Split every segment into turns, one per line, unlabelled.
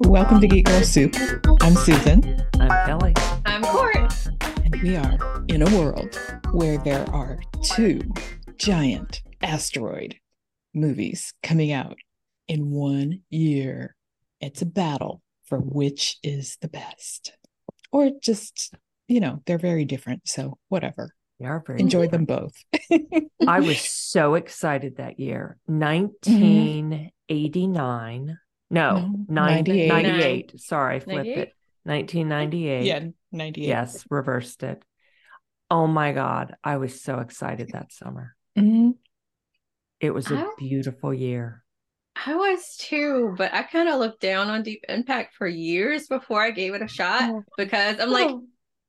Welcome to Geek Girl Soup. I'm Susan,
I'm Kelly.
I'm Court.
and we are in a world where there are two giant asteroid movies coming out in one year. It's a battle for which is the best, or just, you know, they're very different. So, whatever.
They are very
Enjoy them both.
I was so excited that year. 1989. No,
No,
98.
98.
98. Sorry, I flipped it. 1998.
yeah, 98.
Yes, reversed it. Oh my God. I was so excited that summer.
Mhm.
It was a
I-
beautiful year.
I was too, but I kind of looked down on Deep Impact for years before I gave it a shot
Oh,
because I'm like,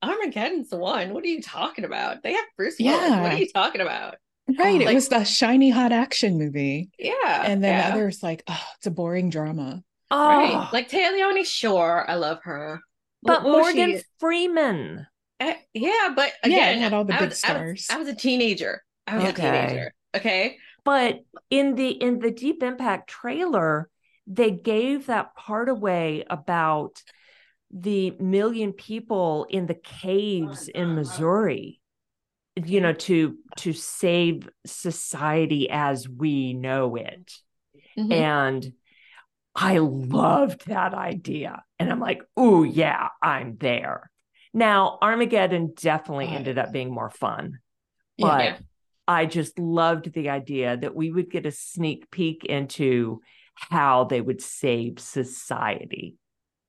Armageddon's the one. What are you talking about? They have Bruce Willis. What
Yeah.
are you talking about?
Right. it
Oh, Like-
was the shiny hot action movie.
Yeah.
And then
yeah.
others like, oh, it's a boring drama.
Oh,
Right. Like Leone Shore. I love her.
but
What was
Morgan
she-
Freeman.
Eh, yeah, but
Yeah, it
again,
had all the
I
big
was,
stars.
I was, I was a teenager. I was
Okay.
a teenager. Okay.
but in the in the deep impact trailer they gave that part away about the million people in the caves in missouri you know to to save society as we know it
Mhm.
and I loved that idea. And I'm like, oh, yeah, I'm there. Now, Armageddon definitely
Right.
ended up being more fun,
Yeah.
but
Yeah.
I just loved the idea that we would get a sneak peek into how they would save society,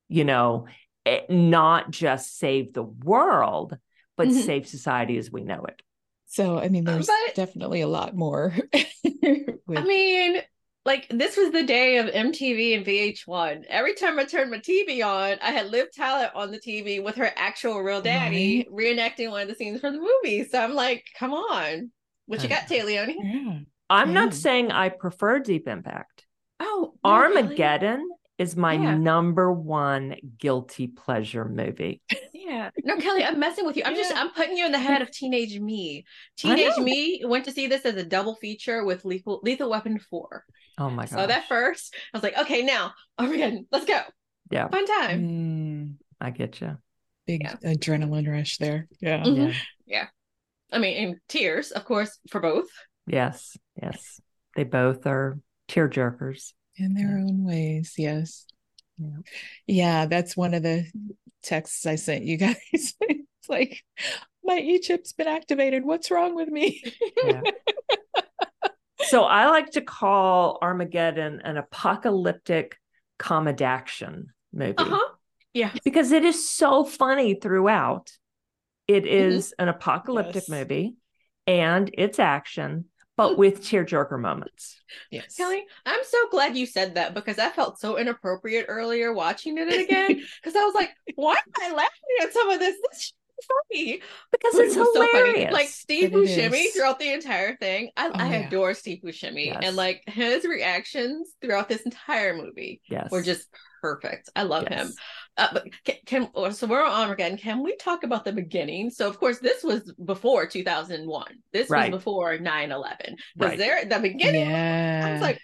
you know, eh, not just save the world, but
Mhm.
save society as we know it.
So I mean, there's
But-
definitely a lot more. with-
I mean, like this was the day of MTV and VH1. Every time I turned my TV on, I had Liv Tyler on the TV with her actual real daddy reenacting one of the scenes from the movie. So I'm like, come on, what you got, Tay Leone?
yeah.
I'm
Yeah.
not saying I prefer Deep Impact.
Oh, no, really?
Armageddon is my
Yeah.
number one guilty pleasure movie.
Yeah, no, Kelly, I'm messing with you. I'm just,
Yeah.
I'm putting you in the head of teenage me.
I know.
Teenage me went to see this as a double feature with Lethal, Lethal Weapon Four.
Oh my god!
So that first, I was like, okay, now Armageddon, let's go,
yeah,
fun time.
Mm,
I get you.
big
Yeah.
adrenaline rush there. Yeah.
Mhm.
Yeah.
I mean, in tears, of course, for both.
Yes. Yes. They both are tearjerkers.
In their own ways. Yes.
Yeah.
Yeah. That's one of the texts I sent you guys. it's like, my e chip's been activated. What's wrong with me?
Yeah. so I like to call Armageddon an apocalyptic comedaction movie
Uh huh. Yeah.
because it is so funny throughout.
Mm-hmm.
It is an apocalyptic
Yes.
movie, and it's action,
Mm.
but with tearjerker moments.
Yes.
Kelly, I'm so glad you said that because I felt so inappropriate earlier watching it again. Because I was like, why am I laughing at some of this? This is funny.
because
But
it's
it was so funny.
hilarious. Oh,
Like Steve
But it
Buscemi
is.
throughout the entire thing. I, I
yeah.
adore Steve Buscemi.
Yes.
And like his reactions throughout this entire movie
yes,
were just perfect. I love
yes.
him. Uh, but can, can or- so we're on again. Can we talk about the beginning? So of course this was before 2001. This
Right.
was before 9/11. Was
Right.
there the beginning?
yeah.
I was like,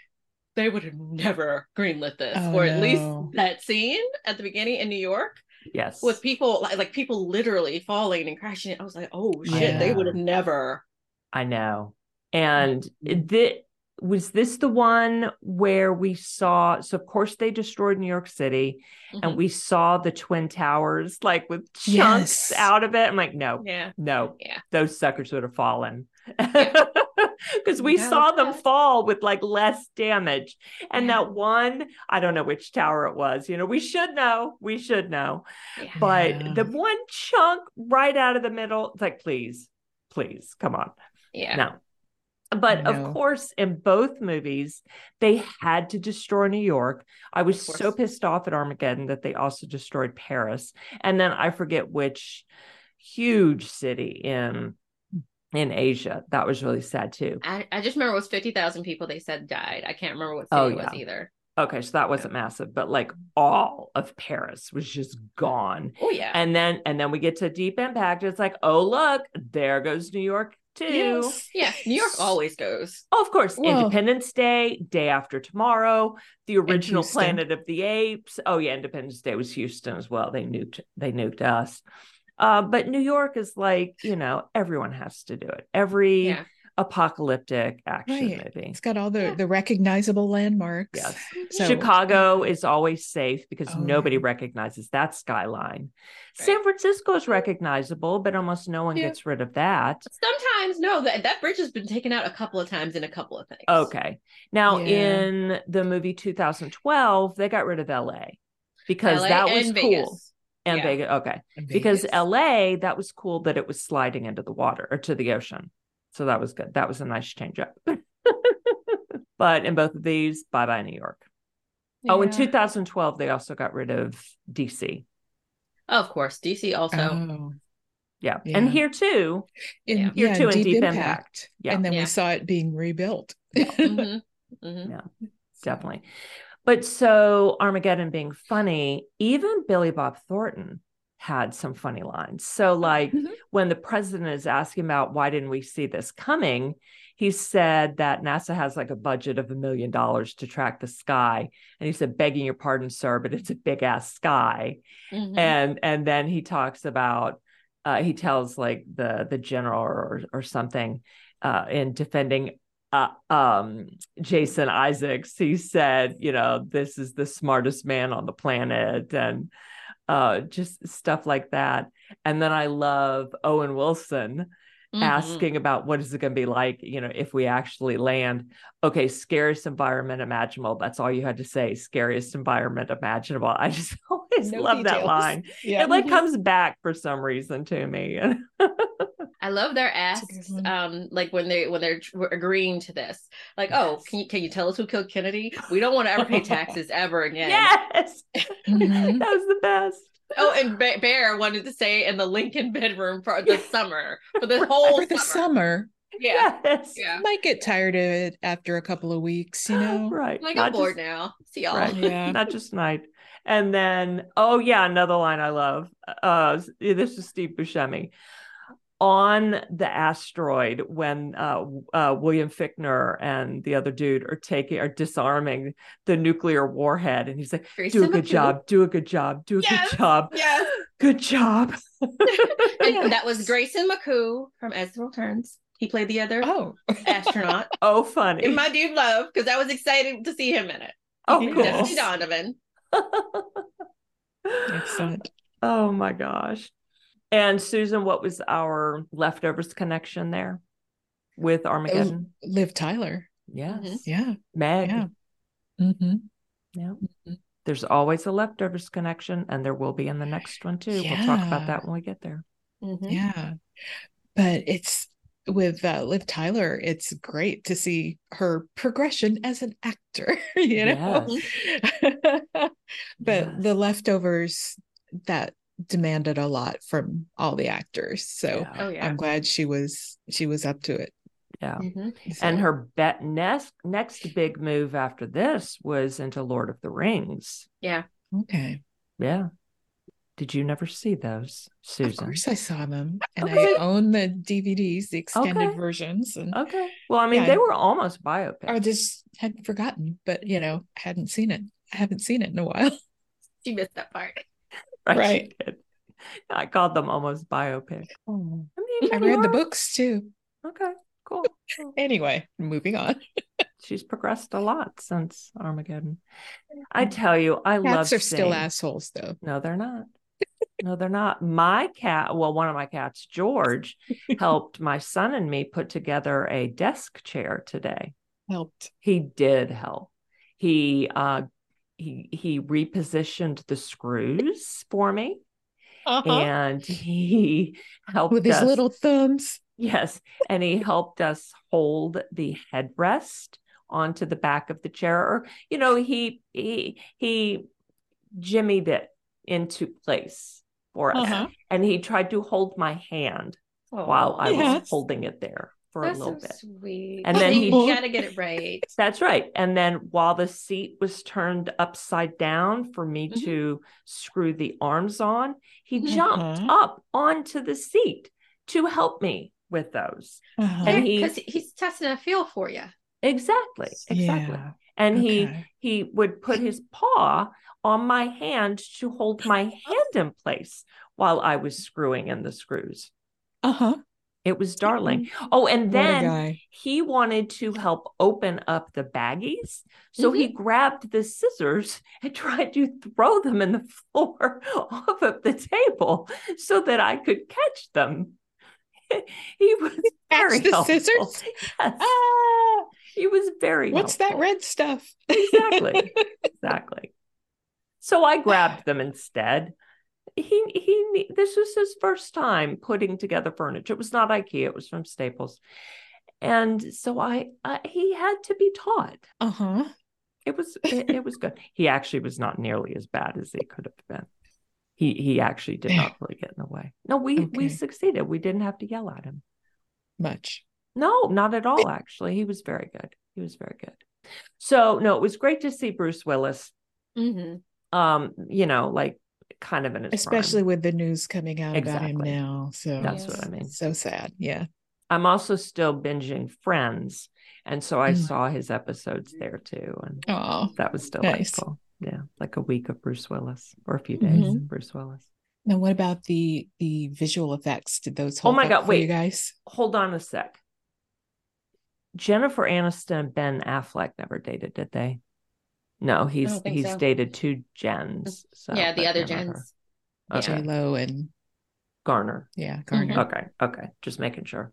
they would have never greenlit this,
Oh,
or at
no.
least that scene at the beginning in New York
Yes.
with people like, like people literally falling and crashing. I was like, oh shit, they
Yeah.
would have never.
I know.
Mm-hmm.
And thi- was this the one where we saw? So of course they destroyed New York City, and
Mhm.
we saw the Twin Towers like with chunks
Yes.
out of it. I'm like, no,
yeah,
no,
Yeah.
those suckers would have fallen.
Yeah.
Because we
No,
saw them
yes.
fall with like less damage. And
Yeah.
that one, I don't know which tower it was, you know, we should know, we should know.
yeah.
But
Yeah.
the one chunk right out of the middle, it's like, please, please, come on.
yeah.
No. But
No.
of course, in both movies, they had to destroy New York. I was
course.
so pissed off at Armageddon that they also destroyed Paris. And then I forget which huge city in in Asia. That was really sad too.
I, I just remember it was 50,000 people they said died. I can't remember what city
Oh,
it was
yeah.
either.
Okay, so that wasn't massive, but like all of Paris was just gone.
Oh yeah.
And then and then we get to Deep Impact. It's like, oh look, there goes New York too.
Yes.
yeah. New York always goes.
Oh, of course,
Whoa.
Independence Day, Day After Tomorrow, the original
Houston.
Planet of the Apes. Oh yeah, Independence Day was Houston as well. They nuked they nuked us. Uh, but New York is like, you know, everyone has to do it. Every
Yeah.
apocalyptic action
Right.
movie.
It's got all the,
Yeah.
the recognizable landmarks.
Yes.
So-
Chicago is always safe because
Oh,
nobody
yeah.
recognizes that skyline.
Right.
San Francisco is recognizable, but almost no one
Yeah.
gets rid of that.
Sometimes no, that that bridge has been taken out a couple of times in a couple of things.
Okay. Now,
Yeah.
in the movie 2012, they got rid of LA because
LA
that was
and
cool.
Vegas.
And
Yeah.
Vegas. Okay.
And
Because
Vegas.
LA, that was cool that it was sliding into the water or to the ocean. So that was good. That was a nice change up. but in both of these, bye bye, New York. Oh, in
Yeah.
2012, they also got rid of DC.
Of course, DC also.
Oh.
Yeah.
Yeah.
And here too.
In,
Here
yeah,
too in
Deep,
Deep
Impact.
Impact. Yeah.
And then
Yeah.
we saw it being rebuilt.
Mhm. Mhm.
Definitely. But so Armageddon being funny, even Billy Bob Thornton had some funny lines. So, like
Mhm.
when the president is asking about why didn't we see this coming, he said that NASA has like a budget of a million dollars to track the sky. And he said, begging your pardon, sir, but it's a big ass sky.
Mm-hmm.
Mhm.
and and then he talks about uh, he tells like the the general or or something uh, in defending uh, um, Jason Isaacs. He said, you know, this is the smartest man on the planet, and uh, just stuff like that. And then I love Owen Wilson
Mm-hmm.
Mhm.
asking about what is it going to be like, you know, if we actually land. Okay, scariest environment imaginable. That's all you had to say. Scariest environment imaginable. I just always
No
love that
details.
line.
Yeah.
It like
Mhm.
comes back for some reason to me. And
I love their
It's a good
asks,
one.
um, like when they when they're tr- agreeing to this, like, oh,
Yes.
can you, can you tell us who killed Kennedy? We don't want to ever pay taxes ever again.
yes,
Mhm.
that was the best.
Oh, and ba- Bear wanted to stay in the Lincoln bedroom for the summer for the whole
For the
summer.
summer.
Yeah,
Yes.
yeah.
Might get tired of it after a couple of weeks, you know?
Right.
Like
Not
I'm bored
just-
now. See y'all.
Right.
Yeah.
Not just night. And then, oh yeah, another line I love. Uh, this is Steve Buscemi on the asteroid when uh, uh, William Fickner and the other dude are taking are disarming the nuclear warhead, and he's like, "Do a
Grayson
good
McCool.
job. Do a good job. Do a
Yes.
good job.
Yes,
Good job."
and that was Grayson McCoo from Ezra Returns. He played the other
Oh,
astronaut
oh, funny.
in my deep love because I was excited to see him in it.
oh,
Yeah.
cool.
Destiny Donovan.
excellent.
Oh my gosh. And Susan, what was our leftovers connection there with Armageddon?
Liv Tyler.
Yes.
Yeah.
Oh, Meg.
Mm-hmm. Yeah. hmm
Mm-hmm. Yeah.
Mhm.
There's always a leftovers connection, and there will be in the next one too. We'll talk
Yeah.
about that when we get there.
Mhm.
Yeah. But it's with uh, Liv Tyler, it's great to see her progression as an actor, you know? but the
Yes.
leftovers that demanded a lot from all the actors. So
Yeah.
Oh yeah.
I'm glad she was she was up to it.
yeah.
Mhm.
So-
And her bet next next big move after this was into Lord of the Rings.
okay.
Yeah. Did you never see those,
Of
Susan?
course I saw them. And
Okay.
I own the DVDs, the extended
Okay.
versions. And
Okay. Well, I mean,
Yeah.
they were almost biopics.
I just had forgotten, but you know, hadn't seen it. I haven't seen it in a while.
She missed that part.
Right. she
Right.
did. I called them almost biopic. I mean,
I
they
read the
are.
books too.
Okay, cool. cool.
Anyway, moving on.
She's progressed a lot since Armageddon. I tell you, I love.
Cats are still
seeing-
assholes though.
No, they're not. No, they're not. My cat, well, one of my cats, George, helped my son and me put together a desk chair today.
Helped.
He did help. He uh he he repositioned the screws for me
Uh-huh.
and he helped
With his
us-
little thumbs.
Yes. And he helped us hold the headrest onto the back of the chair. Or, you know, he he he jimmied it into place for us.
Uh-huh.
And he tried to hold my hand while I was
Yes.
Oh.
holding it there. for a
That's
little
so
bit.
sweet.
And then
you
he-
gotta get it right.
That's right. And then while the seat was turned upside down for me
Mhm.
to screw the arms on, he
Mhm.
jumped
Uh-huh.
up onto the seat to help me with those.
Uh-huh.
And he-
Because he's testing a feel for you.
Exactly. Exactly.
Yeah.
And he
Okay.
he would put his paw on my hand to hold my hand in place while I was screwing in the screws.
uh-huh.
It was darling. Oh,
Mm-hmm. what a
and then
guy.
he wanted to help open up the baggies. So
Mm-hmm.
he grabbed the scissors and tried to throw them in the floor off of the table so that I could catch them. he was
Catch
very
the
helpful.
scissors?
Yes,
Ah,
he was very
what's that
helpful.
red stuff?
exactly exactly so i grabbed them instead he he ne- this was his first time putting together furniture it was not ikea it was from staples and so i uh, he had to be taught
Uh-huh.
it was it, it was good he actually was not nearly as bad as he could have been he he actually did not really get in the way no we
Okay.
we succeeded we didn't have to yell at him
Much.
no, not at all, actually. He was very good. He was very good. So, no, it was great to see Bruce Willis,
Mm-hmm.
um, you know, like kind of in his prime.
Especially with the news coming out about him
Exactly.
now. So
That's
Yes.
what I mean.
so sad. Yeah.
I'm also still binging Friends. And so I
Mm-hmm.
Mm.
saw his episodes there too. And
Oh.
that was still
Nice.
delightful. Yeah. Like a week of Bruce Willis or a few days
Mm-hmm.
of Bruce Willis.
Now what about the the visual effects? Did those
Oh
hold
my
up
God,
for
wait.
you guys?
Hold on a sec. Jennifer Aniston and Ben Affleck never dated, did they? No, he's
think
he's
so.
dated two gens. So,
yeah, the
but
other
never her.
gens.
Okay.
J Lo and
Garner.
yeah, Garner.
Mhm.
Okay. Okay. Just making sure.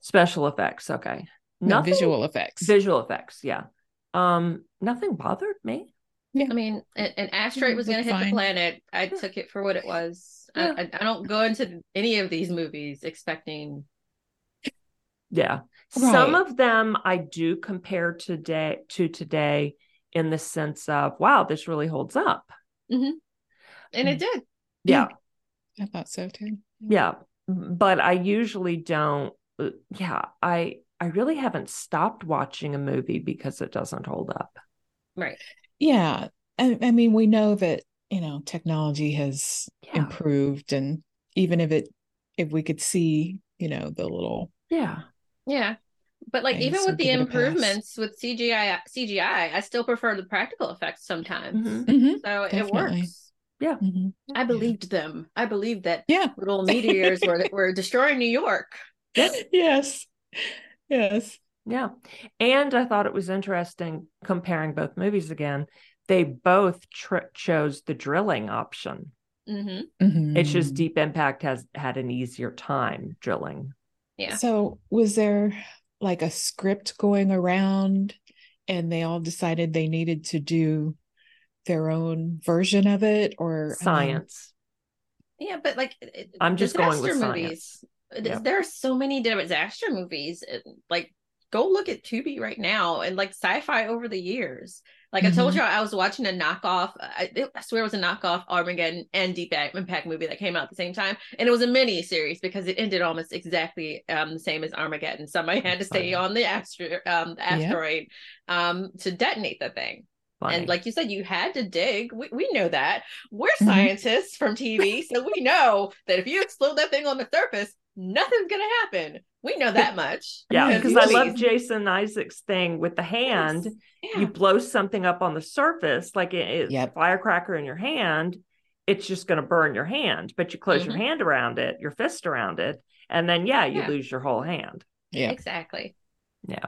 Special effects. Okay.
No,
Nothing
visual effects.
visual effects. Yeah. Um, nothing bothered me.
I mean, an, an asteroid
Mhm,
was going to
looked
hit the
fine.
planet. I took it for what it was. I,
Yeah.
I, I don't go into any of these movies expecting.
Yeah. Some
Right.
of them I do compare today to today in the sense of wow, this really holds up.
And
Mm.
it did.
Yeah.
Yeah. I thought so too.
Yeah. But I usually don't uh, yeah, I I really haven't stopped watching a movie because it doesn't hold up.
Right.
Yeah. I, I mean, we know that, you know, technology has
Yeah.
improved and even if it if we could see, you know, the little
Yeah.
Yeah. But like
I
even
guess
with
we'll
the
give it a pass.
improvements with CGI CGI, I still prefer the practical effects sometimes.
Mhm.
Mm-hmm.
So it
Definitely.
works.
Mhm.
I believed them. I believed that
Yeah.
little meteors were were destroying New York.
Yes. Yes.
Yeah. And I thought it was interesting comparing both movies again. They both tr- chose the drilling option.
Mm-hmm.
It's just
Mhm.
Deep Impact has had an easier time drilling.
Yeah.
So was there like a script going around and they all decided they needed to do their own version of it or um, I mean,
Science.
Yeah, but like it-
I'm just going with
disaster
science.
movies.
Yeah.
There are so many disaster movies. and, Like, go look at Tubi right now and like sci-fi over the years. Like I told
Mm-hmm.
Mhm.
you, I was watching a knockoff. uh, I, it- I swear it was a knockoff Armageddon and Deep Impact movie that came out at the same time, and it was a mini series because it ended almost exactly um, the same as Armageddon. Somebody had to stay
Funny.
on the astro um, the
Yeah.
asteroid um, to detonate the thing.
Funny.
And like you said, you had to dig. We, we know that. We're
Mm-hmm.
Mhm.
scientists from TV, so we know that if you explode that thing on the surface, nothing's going to happen. We know that much.
yeah,
because
because I love
movies-
Jason Isaac's thing with the hand.
Yes.
You blow something up on the surface, like it- it's
Yep.
a firecracker in your hand, it's just going to burn your hand. But you close your hand around it, your fist around it, and then, yeah, you
Mm-hmm. Yeah.
lose your whole hand.
Yeah,
Yeah.
exactly.
Yeah.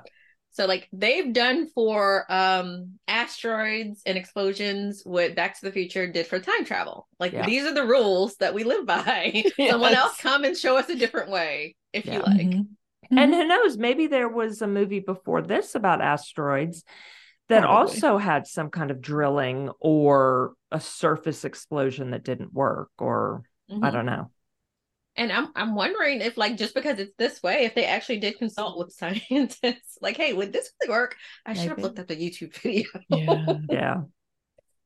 So like they've done for um asteroids and explosions what Back to the Future did for time travel. Like
Yeah.
these are the rules that we live by. Someone
Yes.
else come and show us a different way if
Yeah. Mm-hmm.
you like.
Mhm.
And
Mhm.
who knows, maybe there was a movie before this about asteroids that
Probably.
also had some kind of drilling or a surface explosion that didn't work, or I
Mhm.
don't know.
And I'm I'm wondering if like just because it's this way, if they actually did consult with scientists, like, hey, would this really work? I should have
Maybe.
looked up the YouTube video.
yeah.
Yeah.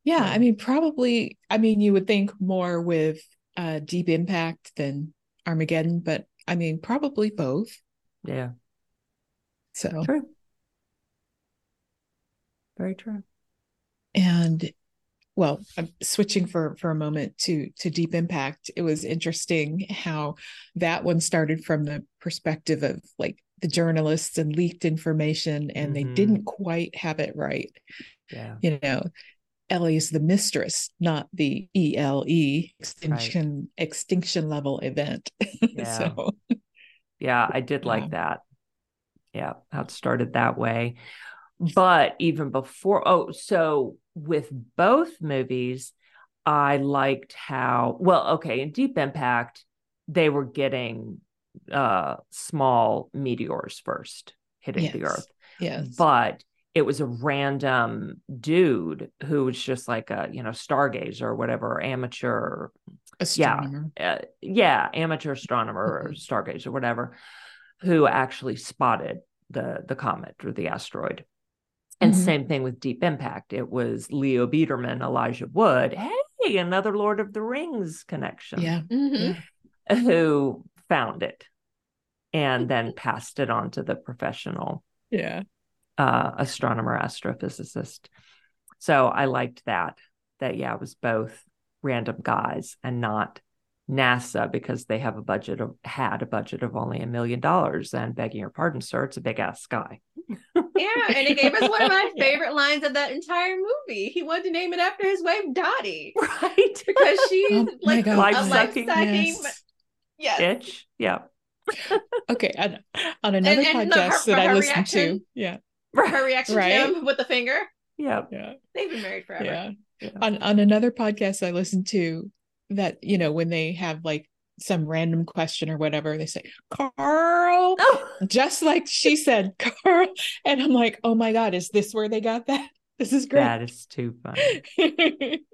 Yeah,
Yeah.
I mean, probably. I mean, you would think more with uh, Deep Impact than Armageddon, but I mean, probably both.
Yeah.
So,
True. Very true.
and well, I'm switching for for a moment to to Deep Impact. It was interesting how that one started from the perspective of like the journalists and leaked information, and they
Mhm.
didn't quite have it right.
Yeah.
you know, Ellie is the mistress, not the ELE extinction extinction level event.
Yeah.
so
Yeah. I did like
Yeah.
that. Yeah. How it started that way. But even before, oh, so with both movies, I liked how, well, okay, in Deep Impact, they were getting uh small meteors first hitting the
Yes.
earth.
yes,
but it was a random dude who was just like a you know stargazer or whatever amateur
astronomer.
uh, yeah amateur astronomer or stargazer or whatever who actually spotted the the comet or the asteroid and
Mhm.
same thing with deep impact it was leo biederman elijah wood hey another lord of the rings connection
Yeah,
Mhm.
Mm-hmm.
who found it and then passed it on to the professional
yeah,
uh, astronomer astrophysicist. So I liked that. That yeah, it was both random guys and not NASA because they have a budget of had a budget of only a million dollars. And begging your pardon, sir, it's a big ass sky.
Yeah, and it gave us one of my favorite lines of that entire movie. He wanted to name it after his wife Dottie
Right.
because she's
Oh my
like a
God.
life
Life-sucking,
sucking.
yes.
Yes.
Bitch. Yeah.
Okay, on, on another
and, and the- her-
podcast that I
her
listened to,
reaction?
yeah,
Her
Right.
reaction
Right.
to him with the finger.
Yeah.
yeah,
They've been married forever.
yeah,
Yeah.
On on another podcast I listened to, that you know when they have like some random question or whatever, they say Carl.
Oh,
Just like she said, Carl. And I'm like, oh my God, is this where they got that? This is great.
that is too funny.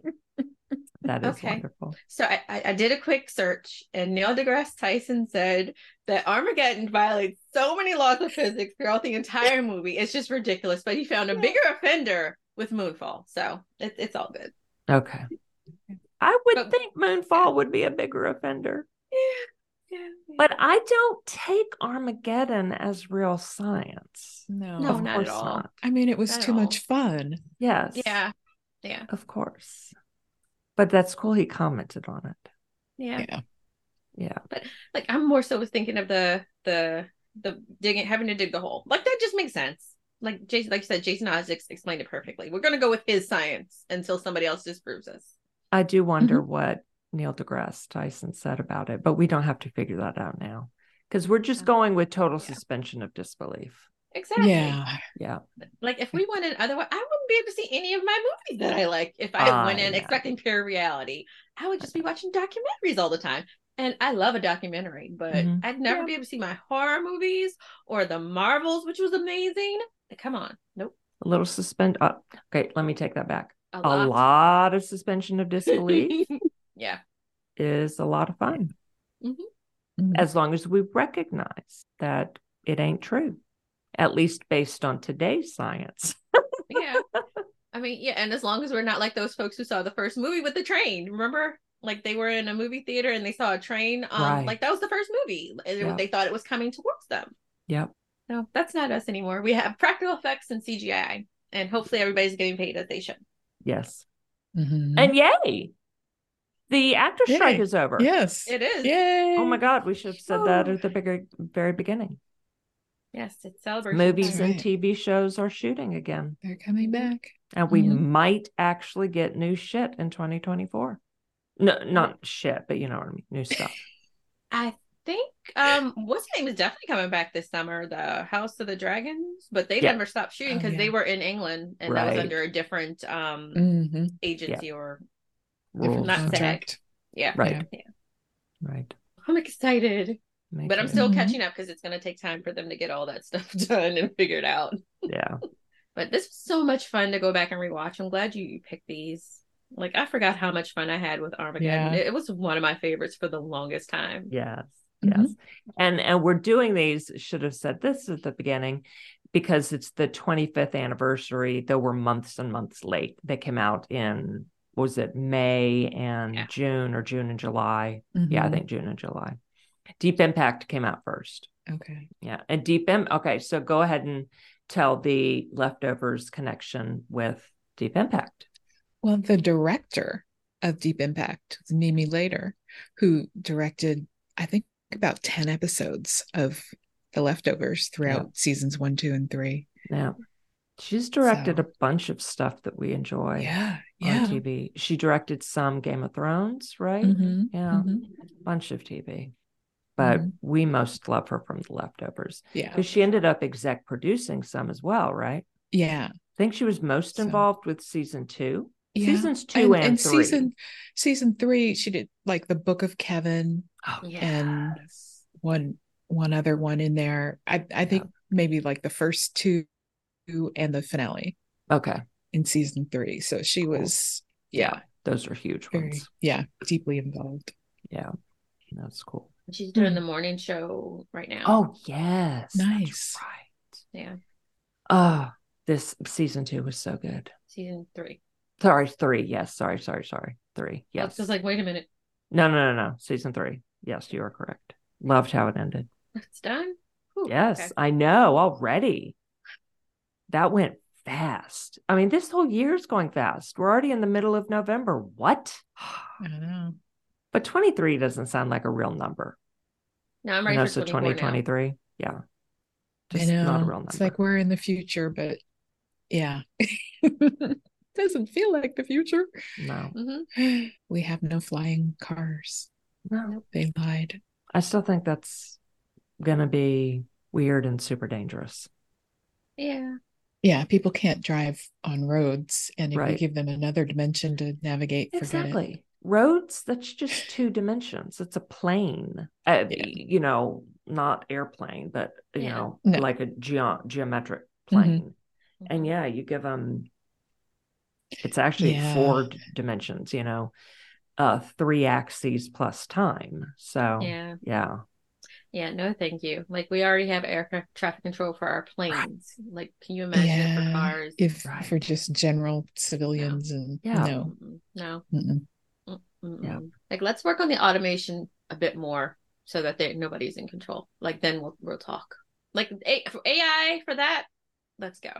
That is
Okay.
wonderful.
So I, I I did a quick search, and Neil deGrasse Tyson said that Armageddon violates so many laws of physics throughout the entire movie. It's just ridiculous. But he found a bigger offender with Moonfall, so it, it's all good.
Okay. I would
But-
think Moonfall would be a bigger offender.
Yeah, yeah.
But I don't take Armageddon as real science.
no,
No,
Of
not at
course
all.
I mean, it was
Not at
too much fun.
Yes.
yeah, yeah,
Of course. But that's cool. He commented on it.
yeah.
Yeah.
Yeah.
Like I'm more so was thinking of the the the digging, having to dig the hole. Like that just makes sense. Like Jason, like you said, Jason Isaacs explained it perfectly. We're gonna go with his science until somebody else disproves us.
I do wonder
Mm-hmm.
what Neil deGrasse Tyson said about it, but we don't have to figure that out now because we're just
Yeah.
going with total
Yeah.
suspension of disbelief.
Exactly.
Yeah.
Yeah.
Like if we went in otherwise, I wouldn't be able to see any of my movies that I like if I
I
went in
know.
expecting pure reality. I would just be watching documentaries all the time. And I love a documentary, but
Mhm.
I'd never
Yeah.
be able to see my horror movies or the Marvels, which was amazing. Like, come on. Nope.
A little suspend. Uh, okay. Let me take that back.
A
A lot,
lot.
of suspension of disbelief
yeah.
is a lot of fun
Mhm.
Mhm.
as long as we recognize that it ain't true, at least based on today's science.
Yeah. I mean, yeah, and as long as we're not like those folks who saw the first movie with the train, remember? Like they were in a movie theater and they saw a train. Um,
Right.
like that was the first movie. And
Yeah.
They thought it was coming towards them.
Yep.
No, that's not us anymore. We have practical effects and CGI, and hopefully everybody's getting paid as they should.
Yes.
Mhm.
And yay. The actor strike
Yay.
is over.
yes.
It is.
Yay.
Oh my God, we should have said that
Oh.
at the bigger, very beginning.
Yes, it's celebration.
Movies
time.
and
Right.
TV shows are shooting again,
They're coming back.
and we
Mhm.
might actually get new shit in 2024. No, not shit, but you know what I mean. New stuff.
I think um what's the name is definitely coming back this summer, the House of the Dragons, but they
Yeah.
never stopped shooting
Oh,
because they
yeah.
were in England and that was
Right. Mm,
under a different um
Mhm.
agency or
Different
Rules.
Not sad.
contract.
yeah.
Right.
Yeah.
Right.
I'm excited,
Me
but I'm
too.
still
Mhm.
catching up because it's going to take time for them to get all that stuff done and figured out.
Yeah.
But this was so much fun to go back and rewatch. I'm glad you, you picked these. Like I forgot how much fun I had with Armageddon.
Yeah.
It, it was one of my favorites for the longest time.
Yes. Yes.
Mhm.
And and we're doing these, should have said this at the beginning, because it's the 25th anniversary, though we're months and months late. They came out in what was it May and
Yeah.
June or June and July? Yeah, I
Mhm.
think June and July. Deep Impact came out first.
Okay.
Yeah. And Deep Im- Okay. So go ahead and tell the leftovers connection with Deep Impact.
Well, the director of Deep Impact, Mimi Later, who directed, I think, about 10 episodes of The Leftovers throughout
Yeah.
seasons one, two, and three.
Yeah. She's directed
So-
a bunch of stuff that we enjoy
Yeah.
on
Yeah.
TV. She directed some Game of Thrones, right?
Mhm,
Yeah.
mhm.
Bunch of TV. But
Mhm.
we most love her from The Leftovers
Yeah.
because she ended up exec producing some as well, right?
Yeah.
I think she was most
So-
involved with season two.
Yeah.
Seasons two and, three.
season season three, she did like the Book of Kevin,
oh,
and- one one other one in there. I I think maybe like the first two and the finale
okay.
in season three. So she was yeah,
Those are huge
very
ones.
yeah, deeply involved.
That's cool.
She's doing the morning show right now.
Hmm. Oh yes, that's
Nice.
Right.
Yeah.
Oh, this season two was so good.
Season three.
Sorry, three. Yes, sorry, sorry, sorry. Three.
Oh,
I
Yes.
was like, wait a minute,
no, no, no, no. Season three. Yes, you are correct. Loved how it ended.
it's done. Whew,
Yes,
okay.
I know already. That went fast. I mean, this whole year's going fast. We're already in the middle of November. What?
I don't know.
But 23 doesn't sound like a real number.
Now I'm
You
ready
know,
for
so
24 now.
2023. Yeah.
I
Just not a
know.
real number.
It's like we're in the future, but yeah. Doesn't feel like the future.
no.
Mhm.
We have no flying cars.
No.
They lied.
I still think that's gonna be weird and super dangerous.
Yeah.
Yeah, people can't drive on roads. And if we
Right.
give them another dimension to navigate, forget it.
Exactly. Roads, that's just two dimensions. It's a plane. Uh,
Yeah.
You know, not airplane, but you
Yeah.
know,
No. Mm-hmm.
like a geo- geometric plane. And yeah, you give them. It's actually
Yeah.
four d- dimensions. You know, uh, three axes plus time. So
Yeah.
yeah.
Yeah. No, thank you. Like we already have air tra- traffic control for our planes. Like, can you imagine it for
Yeah.
cars?
If
Right.
for just general civilians and
Yeah.
no.
Mm-mm. No.
Mm-mm.
Yeah.
Mm-mm. Like, let's work on the automation a bit more so that they, nobody's in control. Like, then we'll we'll talk. Like A- for AI for that. Let's go.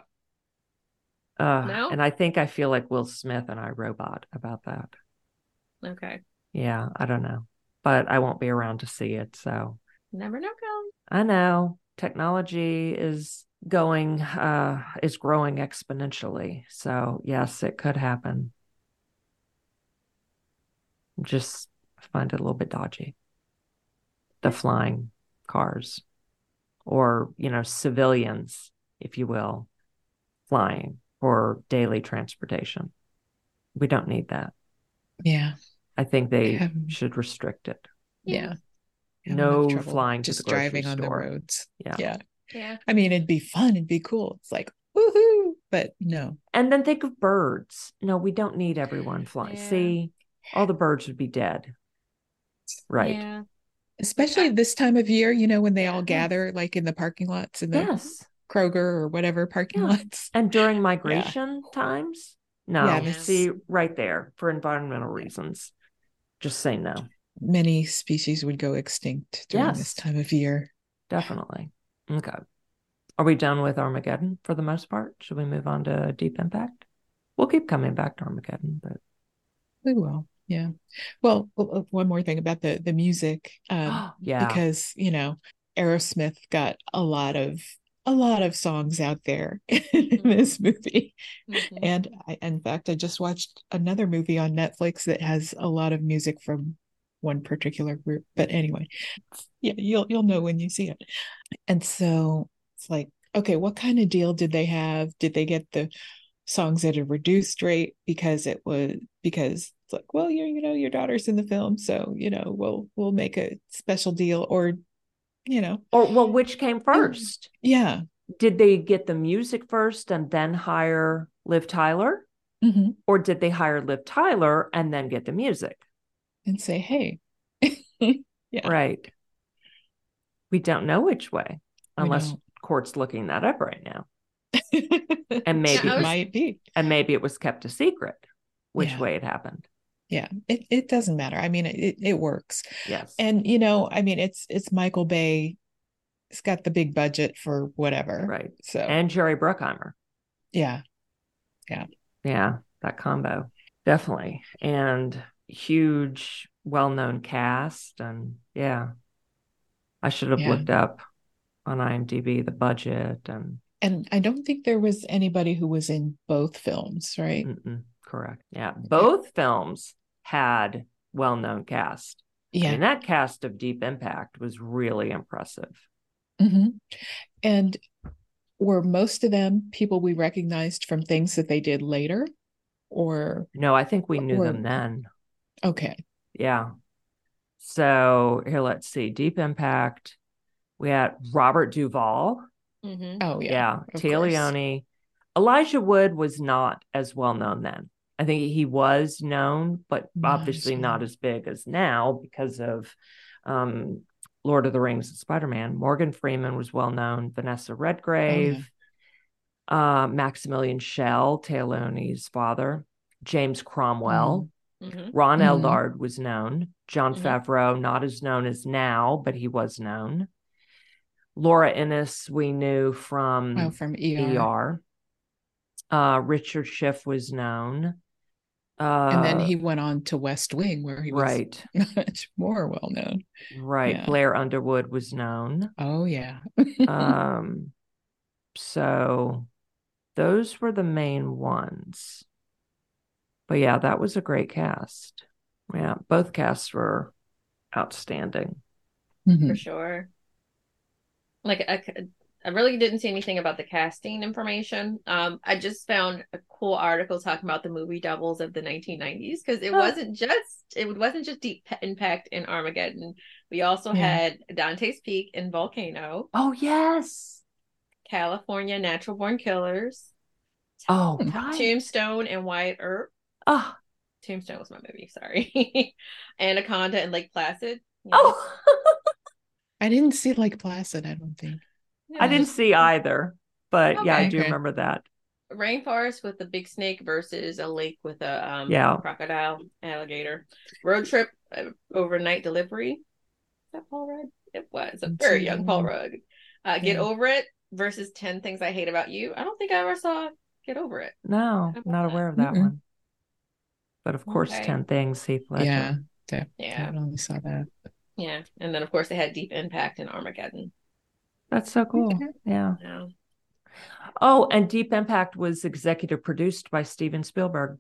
Uh,
No?
And I think I feel like Will Smith and I robot about that.
Okay.
Yeah, I don't know, but I won't be around to see it. So
Never know, girl.
I know technology is going, uh, is growing exponentially. So yes, it could happen. Just find it a little bit dodgy. The flying cars or, you know, civilians, if you will, flying for daily transportation. We don't need that.
Yeah.
I think they
Have-
should restrict it.
Yeah. Have
No
enough trouble
flying to the
just
grocery
driving on the
store.
roads.
Yeah.
Yeah.
Yeah.
I mean, it'd be fun. It'd be cool. It's like, woohoo. But no.
And then think of birds. No, we don't need everyone flying.
Yeah.
See, all the birds would be dead. Right.
Yeah.
Especially this time of year, you know, when they all
Yeah.
gather like in the parking lots in the
Yes.
Kroger or whatever parking
Yeah.
lots.
And during migration times? No.
Yeah,
that's-
See, right there for environmental reasons. Just say no.
Many species would go extinct during
Yes.
this time of year.
Definitely. Okay. Are we done with Armageddon for the most part? Should we move on to Deep Impact? We'll keep coming back to Armageddon, but
We will. Yeah. Well, o- o- one more thing about the the music. Um,
yeah.
because you know Aerosmith got a lot of a lot of songs out there in
Mm-hmm.
this movie.
Mhm.
And I, in fact, I just watched another movie on Netflix that has a lot of music from one particular group. But anyway, yeah, you'll you'll know when you see it. And so it's like, okay, what kind of deal did they have? Did they get the songs at a reduced rate because it was because it's like, well, you you know, your daughter's in the film, so you know, we'll we'll make a special deal or you know,
Or well, which came
Mm.
first?
yeah.
Did they get the music first and then hire Liv Tyler?
Mhm.
Or did they hire Liv Tyler and then get the music?
And say, hey, Yeah.
Right. We don't know which way
We
unless
don't.
court's looking that up right now. And maybe
I
it
was-
might be.
and maybe it was kept a secret which
Yeah.
way it happened.
Yeah, it, it doesn't matter. I mean, it, it works.
Yes.
And you know, I mean, it's it's Michael Bay it's got the big budget for whatever.
right?
So
And Jerry Bruckheimer.
yeah,
Yeah, that combo. Definitely. And huge, well known cast. And yeah, I should have
Yeah.
looked up on IMDb the budget and
and I don't think there was anybody who was in both films, right?
mm-mm, correct. Yeah. Both films had well known cast.
Yeah.
And that cast of Deep Impact was really impressive.
hmm And were most of them people we recognized from things that they did later? Or,
No, I think we knew
Or-
them then.
okay.
Yeah. So here, let's see. Deep Impact. We had Robert Duvall.
Mm-hmm.
Oh, yeah.
yeah,
of
Tia
course.
Leone. Elijah Wood was not as well known then. I think he was known, but
Not as
obviously not
known.
as big as now because of um, Lord of the Rings and Spider Man. Morgan Freeman was well known.
Oh,
Vanessa Redgrave, uh, Maximilian Schell, Tia Leone's father, James Cromwell,
Mm-hmm.
Ron
Mhm.
Eldard was known. John
Mhm.
Favreau, not as known as now, but he was known. Laura Innes, we knew from
Oh, from ER.
ER. Uh, Richard Schiff was known. Uh,
And then he went on to West Wing, where he was
right,
much more well known.
right.
yeah.
Blair Underwood was known.
Oh, yeah.
um, so those were the main ones. But yeah, that was a great cast. Yeah, both casts were outstanding. Hmm.
Mhm.
For sure. Like I, c- I really didn't see anything about the casting information. Um, I just found a cool article talking about the movie doubles of the 1990s because it
Oh.
wasn't just it wasn't just Deep Impact and Armageddon. We also
Yeah.
had Dante's Peak and Volcano,
Oh yes.
California Natural Born Killers,
Oh
Hmm.
right.
Tombstone and Wyatt Earp.
Oh,
Tombstone was my movie, sorry. Anaconda and Lake Placid. Yeah.
oh.
I didn't see Lake Placid, I don't think.
I didn't see either, but yeah, I
Okay.
do
Okay.
remember that.
rainforest with a big snake versus a lake with a um,
Yeah.
crocodile, alligator. Road trip, uh, overnight delivery. Is that Paul Rudd? It was a
That's
very
the
young
one.
Paul Rudd. Uh, Get
Yeah.
over it versus ten things I hate about you. I don't think I ever saw Get over it.
No,
How about
not
that?
aware of that
Mm-mm.
one. But of course,
Okay.
10 Things, Heath Ledger.
Yeah.
Yeah,
I only saw that.
yeah. And then of course they had Deep Impact and Armageddon.
That's so cool.
Okay.
Yeah.
Yeah.
Oh, and Deep Impact was executive produced by Steven Spielberg.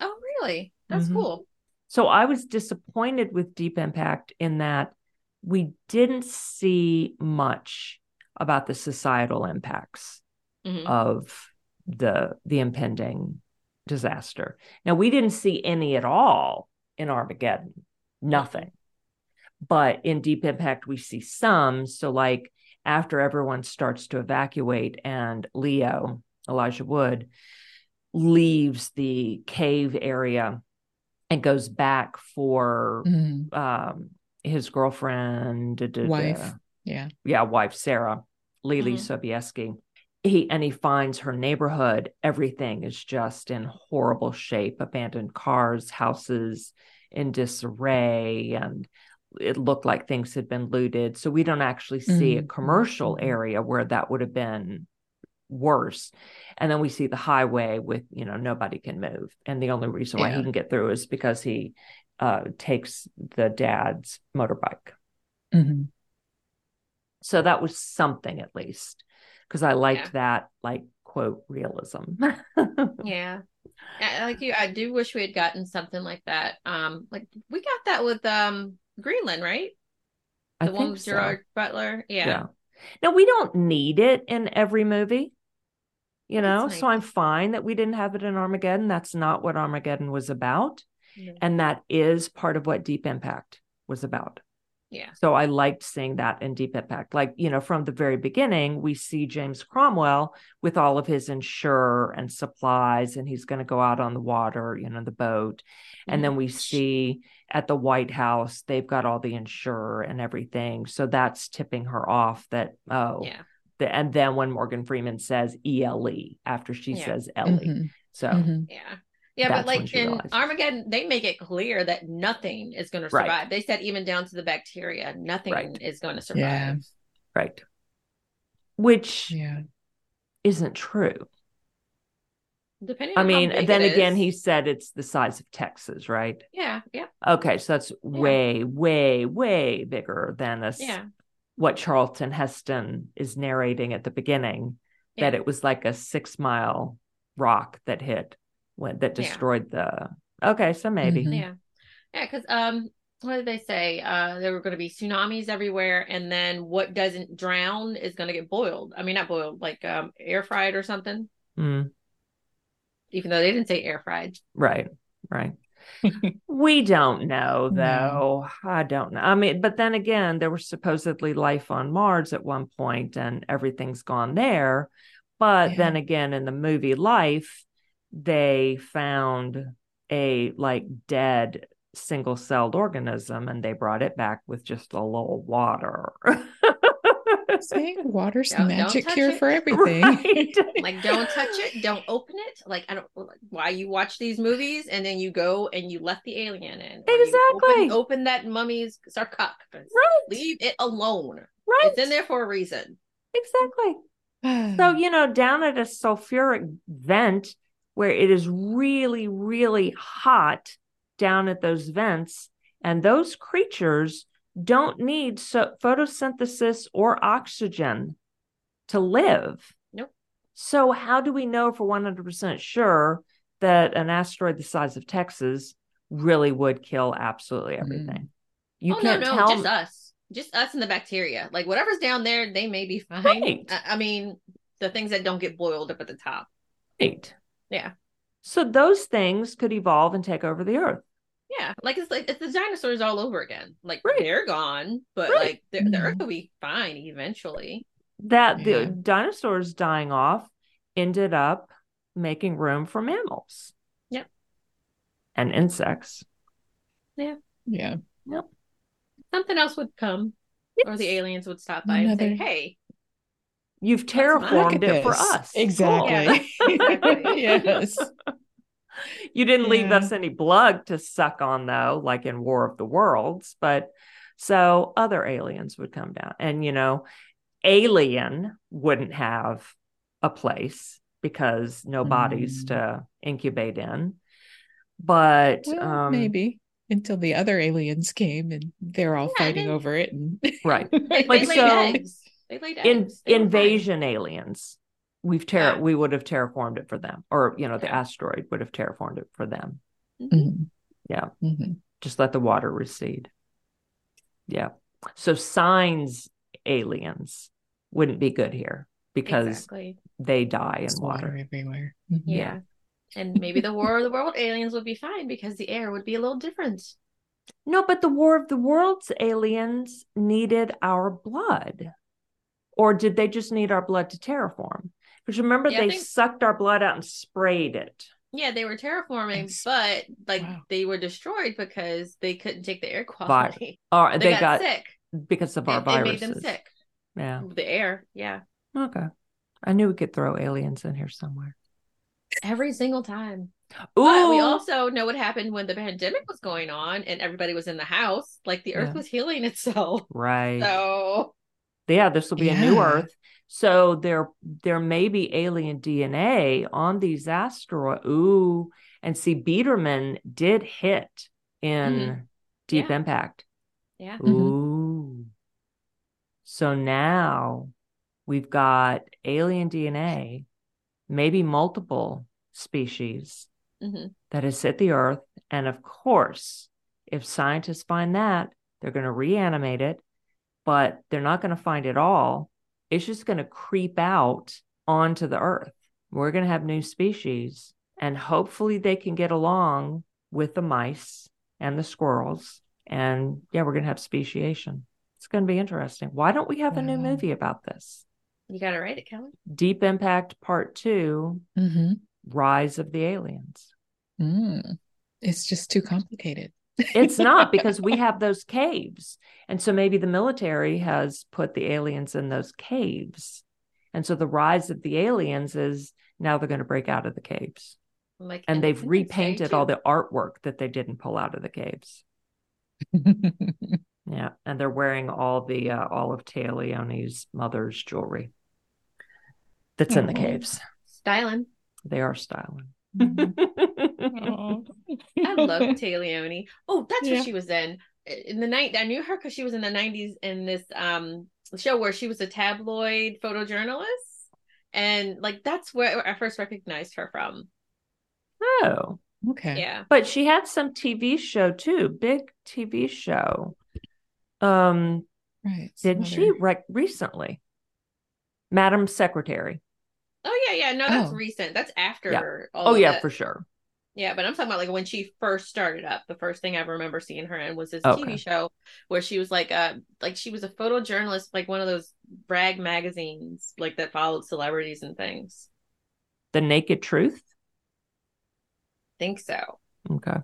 Oh, really? That's
Mhm.
cool.
So I was disappointed with Deep Impact in that we didn't see much about the societal impacts
Mhm.
of the the impending disaster. Now we didn't see any at all in Armageddon. Nothing. But in Deep Impact we see some, so like after everyone starts to evacuate and Leo, Elijah Wood leaves the cave area and goes back for
Mhm.
um his girlfriend da, da, da
Wife. Yeah.
yeah, wife Sarah, Lily Sobieski. He and he finds her neighborhood. Everything is just in horrible shape: abandoned cars, houses in disarray, and it looked like things had been looted. So we don't actually see a
Mhm.
commercial
Mhm.
area where that would have been worse. And then we see the highway with you know nobody can move, and the only reason why
Yeah.
he can get through is because he uh, takes the dad's motorbike.
Mhm.
So that was something at least, because I liked that, like, quote, realism.
Yeah. I, like you, I do wish we had gotten something like that. Um, like we got that with um Greenland, right?
I
the one
think
with
so.
Gerard Butler. Yeah.
Yeah. Now, we don't need it in every movie, you
Well,
know,
that's
so
nice.
I'm fine that we didn't have it in Armageddon. That's not what Armageddon was about.
No.
And that is part of what Deep Impact was about.
Yeah.
So I liked seeing that in Deep Impact. Like, you know, from the very beginning, we see James Cromwell with all of his insurer and supplies, and he's going to go out on the water, you know, the boat. And then we see at the White House, they've got all the insurer and everything. So that's tipping her off that, oh,
Yeah.
the, and then when Morgan Freeman says ELE after she
Yeah.
says Ellie.
Mhm.
So,
Mhm.
Yeah. Yeah,
That's
but
when
like
she
in
realizes.
Armageddon, they make it clear that nothing is going to
Right.
survive. They said even down to the bacteria, nothing
Right.
is going to survive.
Yeah.
right. which
Yeah.
isn't true.
Depending
I
on how
mean,
big
then
it
again,
is.
he said it's the size of Texas, right?
Yeah, yeah,
Okay, so that's way, way, way bigger than this.
yeah.
What Charlton Heston is narrating at the beginning that
Yeah.
it was like a six mile rock that hit when that
Yeah.
destroyed the. Okay, so maybe
Mhm.
Yeah. Yeah, because um what did they say? Uh there were gonna be tsunamis everywhere and then what doesn't drown is gonna get boiled. I mean not boiled, like um air fried or something.
Mm,
Even though they didn't say air fried.
right, right. we don't know though.
No.
I don't know. I mean, but then again, there was supposedly life on Mars at one point, and everything's gone there. But
Yeah.
then again, in the movie Life, they found a like dead single celled organism and they brought it back with just a little water.
See, water's the
Don't- don't
magic
touch
cure
it.
for everything.
Right?
Like don't touch it, don't open it. Like I don't why you watch these movies and then you go and you let the alien in. Or you
Exactly.
Open, open that mummy's sarcophagus.
Right.
Leave it alone.
Right.
It's in there for a reason.
Exactly. So,
Mm-hmm.
you know, down at a sulfuric vent where it is really, really hot down at those vents, and those creatures don't need so- photosynthesis or oxygen to live.
Nope.
So, how do we know for 100% sure that an asteroid the size of Texas really would kill absolutely everything? You
Mm-hmm. oh
can't
no, no,
tell.
just us, just us and the bacteria. Like whatever's down there, they may be fine.
Right.
I, I mean, the things that don't get boiled up at the top.
Right.
Yeah.
So those things could evolve and take over the earth.
Yeah, like it's like it's the dinosaurs all over again. Like
Right.
they're gone, but
Right. Mm-hmm.
like the, the Earth
Mhm.
will be fine eventually.
That
Yeah.
the dinosaurs dying off ended up making room for mammals.
Yep.
And insects.
yeah.
Something else would come, or the aliens would stop by and
Another-
say, "Hey,
You've
mine.
terraformed it for
Archibus.
us.
Exactly.
Exactly.
yes.
Cool. You didn't leave
Yeah.
us any blood to suck on though, like in War of the Worlds, but so other aliens would come down. And you know, alien wouldn't have a place because no bodies
Mm.
to incubate in. But
Well,
um
maybe until the other aliens came and they're all
Yeah, I
fighting
mean-
over it and
right.
they,
Like,
they laid
so-
eggs. They laid
in
eggs. They were fine.
invasion aliens we've terra
Yeah.
we would have terraformed it for them or you know the
Yeah.
asteroid would have terraformed it for them
Mhm.
Mhm.
Yeah.
Mhm.
just let the water recede yeah so signs aliens wouldn't be good here because
Exactly.
they die in
There's
water,
water. everywhere. Mhm.
Yeah. And maybe the War of the World aliens would be fine because the air would be a little different.
no but the war of the worlds aliens needed our blood or did they just need our blood to terraform because remember
Yeah, I
they
think-
sucked our blood out and sprayed it
Yeah, they were terraforming,
Ex-
but like
Wow.
they were destroyed because they couldn't take the air
Vi-
quality.
or Uh, they,
They,
got,
got, sick.
because of our
It, it made
viruses
them sick.
yeah
The air, yeah.
Okay. I knew we could throw aliens in here somewhere.
Every single time.
Ooh,
Uh, But we also know what happened when the pandemic was going on and everybody was in the house. Like the earth
Yeah.
was healing itself.
right.
So
yeah, this will be a new
Yeah.
Earth. So there, there may be alien DNA on these asteroids. Ooh, and see, Biederman did hit in Deep
Mm-hmm. Yeah. Mm-hmm.
Impact.
yeah.
Mhm.
Ooh. So now we've got alien DNA, maybe multiple species
Mhm.
that has hit the earth. And of course, if scientists find that, they're going to reanimate it, but they're not going to find it all. It's just going to creep out onto the earth. We're going to have new species, and hopefully, they can get along with the mice and the squirrels. And yeah, we're going to have speciation. It's going to be interesting. Why don't we have a new
Wow.
movie about this?
You gotta write it, Kelly.
Deep Impact Part Two
Mhm.
Rise of the Aliens.
Mm. It's just too complicated.
It's not because we have those caves. And so maybe the military has put the aliens in those caves. And so the rise of the aliens is now they're going to break out of the caves.
I'm like, "Oh,
And they've repainted all
the
the artwork that they didn't pull out of the caves. Yeah. And they're wearing all the uh, all of Taylor Leone's mother's jewelry. that's in the
Mhm.
caves.
Styling.
They are styling.
I love Taleone. Oh, that's
Yeah.
what she was in. In the night, I knew her because she was in the '90s in this um show where she was a tabloid photojournalist, and like that's where I first recognized her from.
oh,
okay.
Yeah,
but she had some TV show too, big TV show. Um,
Right. some
didn't she
other-
re- recently? Madam Secretary.
Oh yeah, yeah. No, that's
Oh.
recent. That's after. all
Oh
of
yeah,
that.
for sure.
yeah. But I'm talking about like when she first started up. The first thing I remember seeing her in was this
Oh, Okay.
TV show where she was like uh like she was a photojournalist, like one of those brag magazines, like that followed celebrities and things.
The Naked Truth.
think so.
Okay.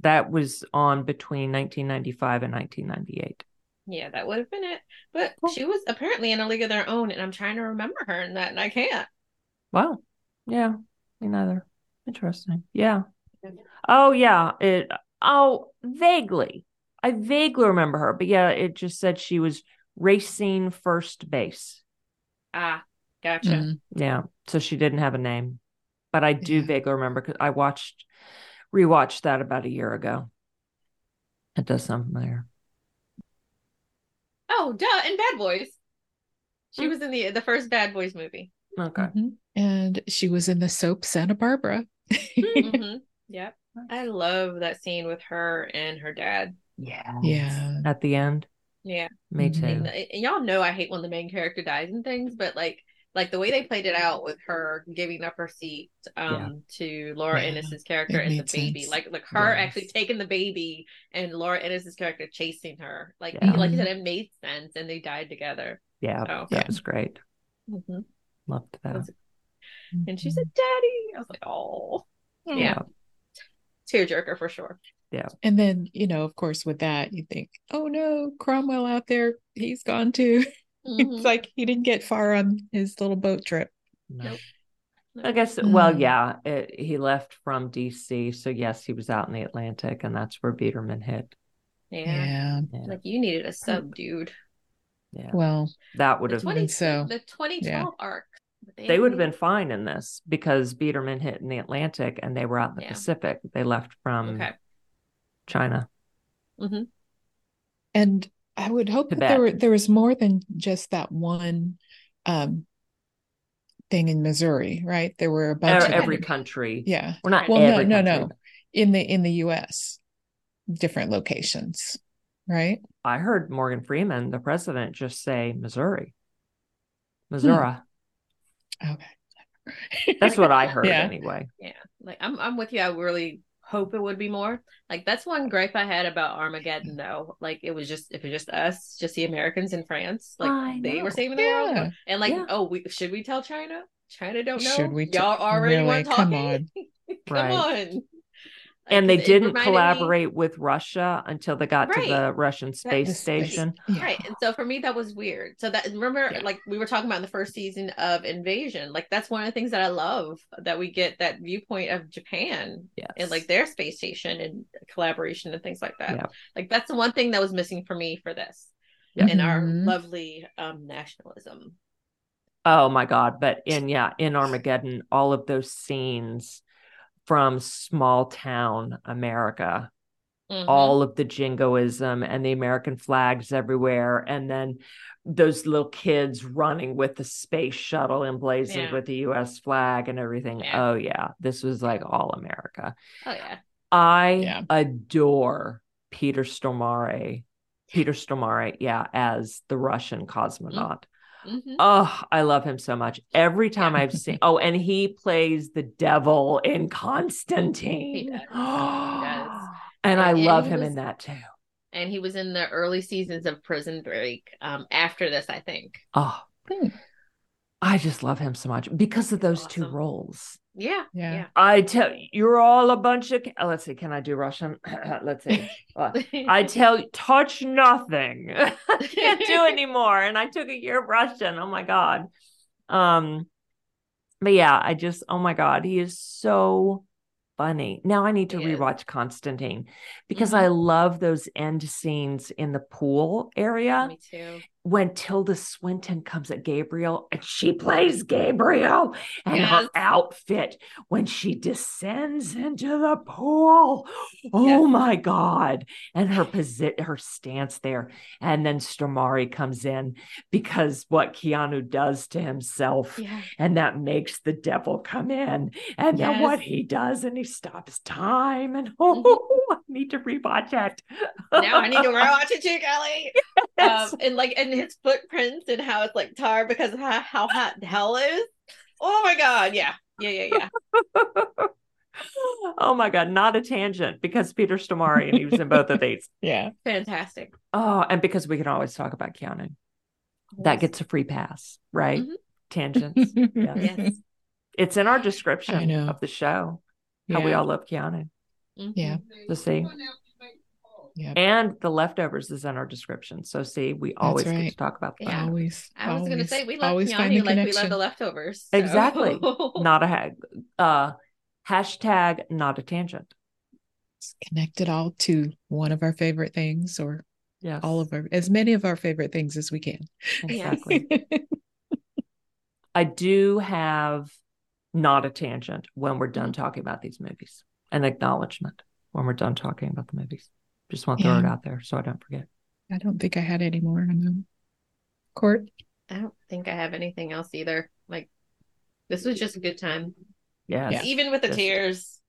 That was on between 1995 and 1998.
Yeah, that would have been it. But
Cool.
she was apparently in a league of their own, and I'm trying to remember her in that, and I can't.
Wow. Yeah. Me neither. Interesting. Yeah.
Yeah.
Oh yeah. It oh vaguely. I vaguely remember her, but yeah, it just said she was racing first base.
Ah, gotcha.
Mm-hmm.
Mm,
Yeah. So she didn't have a name. But I do
Yeah.
vaguely remember because I watched rewatched that about a year ago. It does something there.
Oh, duh, and Bad Boys. She
Mm.
was in the the first Bad Boys movie.
Okay.
mhm. And she was in the soap Santa Barbara.
hmm Yep. I love that scene with her and her dad.
Yeah.
Yeah.
At the end.
Yeah.
Me
Mhm.
too.
And, and y'all know I hate when the main character dies and things, but like like the way they played it out with her giving up her seat um to Laura
Yeah.
Innes's character
It
and the
made
baby.
sense.
Like like her
Yes.
actually taking the baby and Laura Innes's character chasing her. Like
Yeah.
like you said, it made sense and they died together.
Yeah.
Oh.
That
Yeah.
was great. Loved that.
That's- And she
Mm-hmm.
said, Daddy. I was like, Oh
yeah.
Mm-hmm.
yeah. tearjerker for sure.
And then, you know, of course, with that, you think, oh no, Cromwell out there, he's gone too.
Mhm.
it's like he didn't get far on his little boat trip.
No.
Nope.
I guess, well,
Mm.
yeah, it, he left from DC. So, yes, he was out in the Atlantic, and that's where Biederman hit.
yeah.
Yeah.
Like you needed a sub dude.
yeah.
Well,
that would
The
have,
That's what-
20,
so.
the 2012 arc.
they would have been
hadn't
fine in this because Biederman hit in the Atlantic and they were out in the
Yeah.
Pacific. They left from
even- Okay.
China.
and I would hope that
Tibet.
there were there was more than just that one um thing in Missouri, right? There were a
Er-
bunch of
every
them.
country.
Yeah.
We're not
Well, no,
every
no,
country.
no.
but
In the in the US, different locations, right?
I heard Morgan Freeman, the president, just say Missouri.
Hmm.
Missouri.
Okay.
That's what I heard
Yeah.
anyway.
Yeah. Like I'm I'm with you. I really hope it would be more. Like that's one gripe I had about Armageddon though. Like it was just if it was just us, just the Americans in France. Like
I
they
know.
were saving the
Yeah.
world. And like,
Yeah.
oh we should we tell China? China don't know.
Should we t-
Y'all already
really?
weren't
Come
talking.
on.
Come
Right.
on.
and they
Like, it
didn't
reminded me-
collaborate with Russia until they got
Right.
to the Russian space
The space-
station.
yeah.
Right. And so for me, that was weird. So that remember,
Yeah.
like we were talking about in the first season of Invasion, like that's one of the things that I love that we get that viewpoint of Japan
Yes.
and like their space station and collaboration and things like that.
Yeah.
Like that's the one thing that was missing for me for this
Yeah.
and our
Mhm.
lovely um nationalism.
oh my God. But in yeah, in Armageddon, all of those scenes from small town America,
Mhm.
all of the jingoism and the American flags everywhere, and then those little kids running with the space shuttle emblazoned
Yeah.
with the US flag and everything.
Yeah.
Oh yeah. This was like all America.
Oh yeah.
I
Yeah.
adore Peter Stormare. Peter Stormare, yeah, as the Russian
Mm-hmm.
cosmonaut.
Mhm.
Oh, I love him so much. Every time I've seen, oh, and he plays the devil in Constantine.
He does. He does.
And I
And- and
love
he
him
was-
in that too.
And he was in the early seasons of Prison Break um after this, I think.
Oh,
Hmm.
I just love him so much because of those two
Awesome.
roles.
Yeah.
Yeah.
I tell you, you're all a bunch of. oh, let's see, can I do Russian? let's see. Uh, I tell you, touch nothing. I can't do anymore. And I took a year of Russian. Oh my God. Um, but yeah, I just, oh my God, he is so funny. Now I need to
He is. Mm-hmm.
rewatch Constantine because I love those end scenes in the pool area
me too.
when Tilda Swinton comes at Gabriel and she plays Gabriel and her
Yes.
outfit when she descends into the pool. Oh
Yes.
my God. And her posi- her stance there. And then Stamari comes in because what Keanu does to himself
Yeah.
and that makes the devil come in. And then what
Yes.
he does and he stops time and oh,
Mm-hmm.
I need to rewatch it.
Now I need to watch it too, Kelly.
Yes.
Um, and like, and his footprints and how it's like tar because of how, how hot the hell is. Oh my god! Yeah, yeah, yeah, yeah.
oh my God, not a tangent because Peter Stamari and he was in both of these.
Yeah.
Fantastic.
Oh, and because we can always talk about Keanu. That gets a free pass, right?
Mm-hmm.
Mhm.
Tangents.
yes.
It's in our
I
description
know.
of the show. How we
Yeah.
all love Keanu.
Mm-hmm.
Yeah.
The same.
Yep.
And the leftovers is in our description. So see, we always get
right.
to talk about that.
Yeah.
Always.
I was gonna
always-
say we love
always find
Keanu
the
like we love
connection.
the leftovers. so.
Exactly. Not a hag. Uh hashtag not a tangent.
Connect it all to one of our favorite things or
Yes.
all of our as many of our favorite things as we can.
exactly. I do have not a tangent when we're done talking about these movies. An acknowledgement when we're done talking about the movies. Just want to throw it
Yeah.
out there so I don't forget.
I don't think I had any more on them. Court.
I don't think I have anything else either. Like, this was just a good time,
Yes.
Yeah.
even with the
Yes.
tears.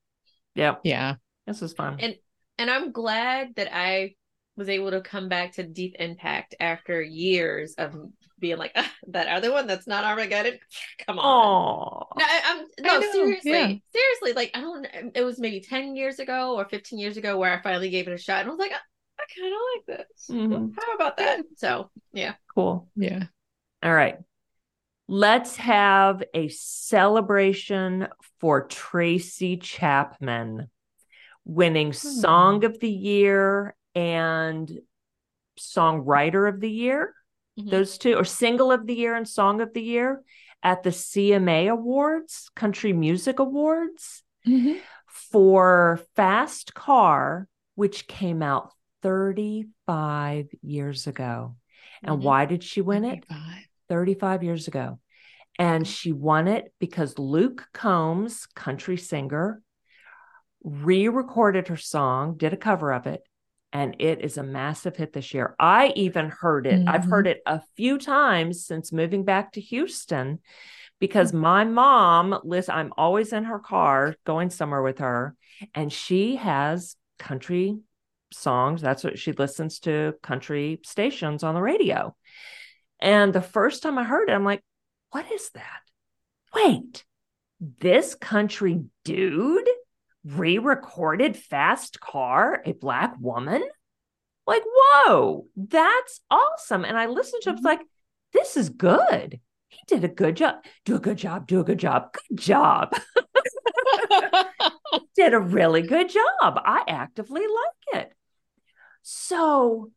Yep.
Yeah.
This is fun.
And- And I'm glad that I was able to come back to Deep Impact after years of being like, "Ah, that other one that's not Armageddon. Come on.
Oh,
No, I, I'm no
know,
seriously,
yeah.
seriously. Like I don't. It was maybe ten years ago or fifteen years ago where I finally gave it a shot, and I was like, I, I kind of like this.
Mhm.
How about that? So
cool.
Yeah.
All right. Let's have a celebration for Tracy Chapman winning
Hmm.
Song of the Year and Songwriter of the Year,
Mhm.
Mm-hmm. those two, or Single of the Year and Song of the Year at the CMA Awards, Country Music Awards Mm-hmm. for Fast Car, which came out 35 years ago. And
Mhm.
why did she win it?
25.
35 years ago. And she won it because Luke Combs, country singer, re recorded her song, did a cover of it, and it is a massive hit this year. I even heard it. I've
Mhm.
heard it a few times since moving back to Houston because my mom, Liz, I'm always in her car going somewhere with her, and she has country songs. That's what she listens to country stations on the radio. And the first time I heard it, I'm like, what is that? Wait, this country dude re recorded Fast Car, a black woman? Like, whoa, that's awesome. And I listened to
Mm-hmm.
it, I was like, this is good. He did a good job. Do a good job. Do a good job. Good job. did a really good job. I actively like it. So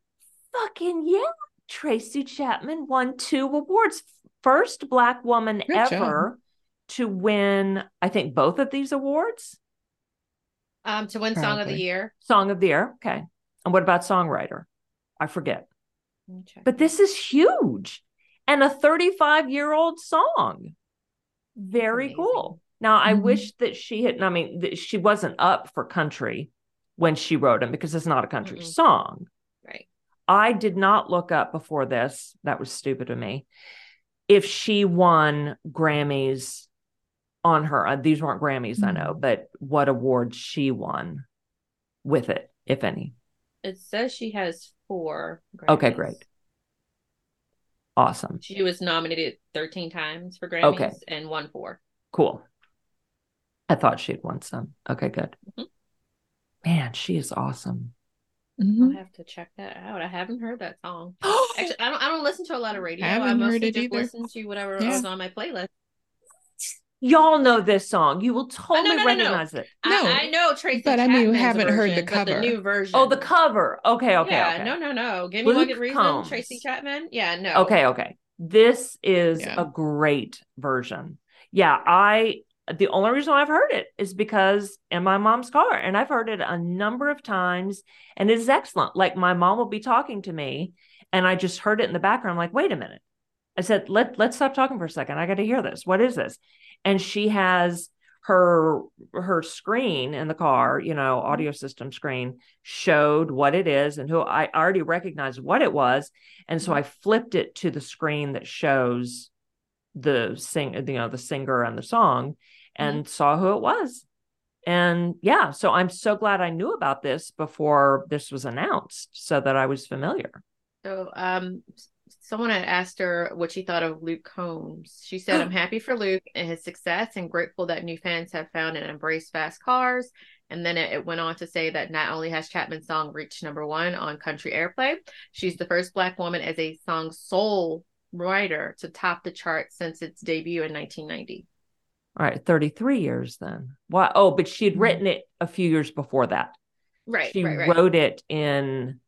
fucking yeah. Tracy Chapman won two awards. First black woman
Good job.
ever to win, I think, both of these awards.
um, to win Song of the
Probably.
Year.
Song of the Year. Okay. And what about songwriter? I forget.
Let me check.
But this is huge. And a 35 year old song. Very
amazing. Mm-hmm.
cool. Now, I
Mhm.
wish that she had, I mean, that she wasn't up for country when she wrote him because it's not a country
Mm-mm.
song.
right.
I did not look up before this. That was stupid of me. If she won Grammys on her, uh, these weren't Grammys, I know,
Mm-hmm.
Mhm.
but what award she won with it, if any.
It says she has four.
Okay,
Grammys.
great. Awesome.
She was nominated thirteen times for Grammys
Okay.
and won four.
Cool. I thought she'd won some. Okay, good.
Mhm.
Man, she is awesome. Oh,
Mhm.
I'll have to check that out. I haven't heard that song.
Actually,
Actually, I don't. I don't listen to a lot of radio.
I
I,
haven't heard
mostly
it
just
either.
listen to whatever
Yeah.
was on my playlist.
Y'all know this song. You will totally
Oh, no, no, no.
recognize it.
No,
I, I know Tracy,
but I mean, you
Chapman's
haven't heard the
version, but
cover.
the new version.
Oh, the cover. Okay, okay,
yeah,
okay.
no, no, no. Give me one
Luke
good reason,
Combs.
Tracy Chapman. Yeah, no.
Okay, okay. This is
Yeah.
a great version. Yeah, I the only reason why I've heard it is because in my mom's car and I've heard it a number of times and it is excellent. Like my mom will be talking to me And I just heard it in the background. I'm like, wait a minute. I said, let let's stop talking for a second. I got to hear this. What is this? And she has her her screen in the car, you know, audio system screen showed what it is and who I already recognized what it was, and
Mm-hmm.
so I flipped it to the screen that shows the sing, you know, the singer and the song, and
Mm-hmm.
saw who it was. And yeah, so I'm so glad I knew about this before this was announced, so that I was familiar.
So um someone had asked her what she thought of Luke Combs. She said, I'm happy for Luke and his success and grateful that new fans have found and embraced fast cars. And then it, it went on to say that not only has Chapman's song reached number one on country airplay, she's the first black woman as a song soul writer to top the chart since its debut in 1990.
All right, 33 years then. Why? Oh, but she had written it a few years before that.
Mm-hmm. Right,
she
right, right.
wrote it in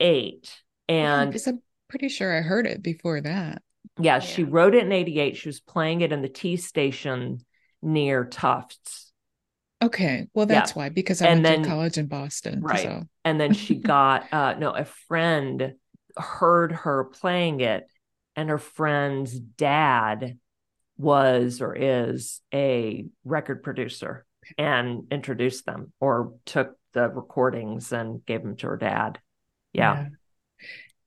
88 and
because I'm pretty sure I heard it before that.
yeah, she
Yeah.
wrote it in 88 she was playing it in the tea station near tufts
Okay, well
Yeah.
that's why because I
And
went
then-
to college in Boston.
Right.
So
and then she got uh no a friend heard her playing it and her friend's dad was or is a record producer and introduced them or took the recordings and gave them to her dad yeah,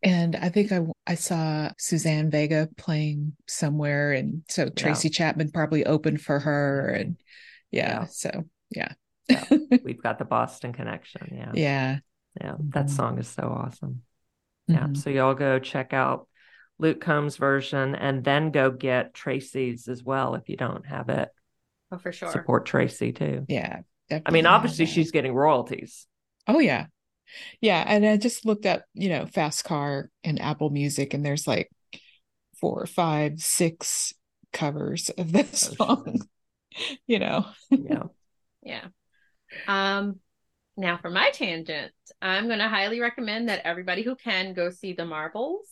And I think I I saw Suzanne Vega playing somewhere, and so Tracy Chapman probably opened for her, and yeah,
Yeah.
so yeah,
Yeah. we've got the boston connection yeah Mm-hmm.
yeah,
yeah that
Mhm.
song is so awesome Yeah.
Mhm.
So y'all go check out Luke Combs' version and then go get Tracy's as well if you don't have it.
Oh, for sure.
Support Tracy too.
yeah.
I mean,
definitely
obviously
have that.
she's getting royalties.
Oh yeah. Yeah, and I just looked up, you know, Fast Car and Apple Music, and there's like four, five, six covers of this
Oh,
song. You know,
Yeah.
Yeah. Um, now for my tangent, I'm going to highly recommend that everybody who can go see The Marbles.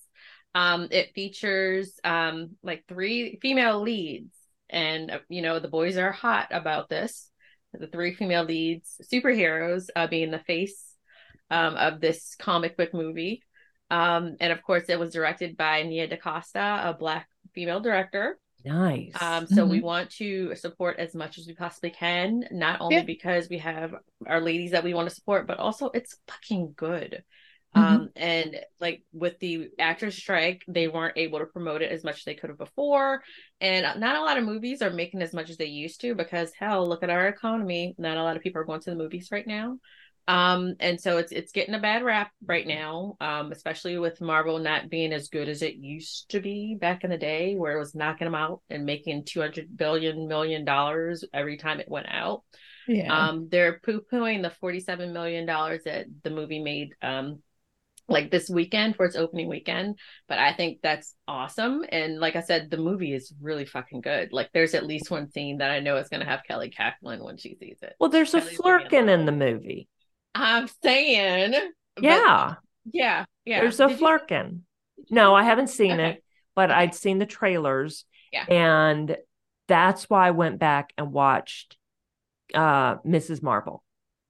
Um, it features um like three female leads, and uh, you know the boys are hot about this. The three female leads, superheroes, uh, being the face um, of this comic book movie. Um, and of course, it was directed by Nia DaCosta, a black female director.
Nice.
Um, so we want to support as much as we possibly can, not only
Yeah.
because we have our ladies that we want to support, but also it's fucking good.
Mhm.
Um, and like with the actors strike, they weren't able to promote it as much as they could have before, and uh, not a lot of movies are making as much as they used to because hell, look at our economy. Not a lot of people are going to the movies right now. Um, and so it's it's getting a bad rap right now, um, especially with Marvel not being as good as it used to be back in the day, where it was knocking them out and making two hundred billion million dollars every time it went out.
yeah,
Um, they're poo pooing the forty seven million dollars that the movie made, um, like this weekend for its opening weekend. But I think that's awesome. And like I said, the movie is really fucking good. Like there's at least one scene that I know is gonna have Kelly Kaplan when she sees it.
well, there's a
Kelly's gonna be
flirkin
in
in the movie.
I'm saying, but-
Yeah.
yeah, yeah.
There's a
Did you-
flirkin. No, I haven't seen
Okay.
it, but
Okay.
I'd seen the trailers.
Yeah.
And that's why I went back and watched uh Mrs. Marvel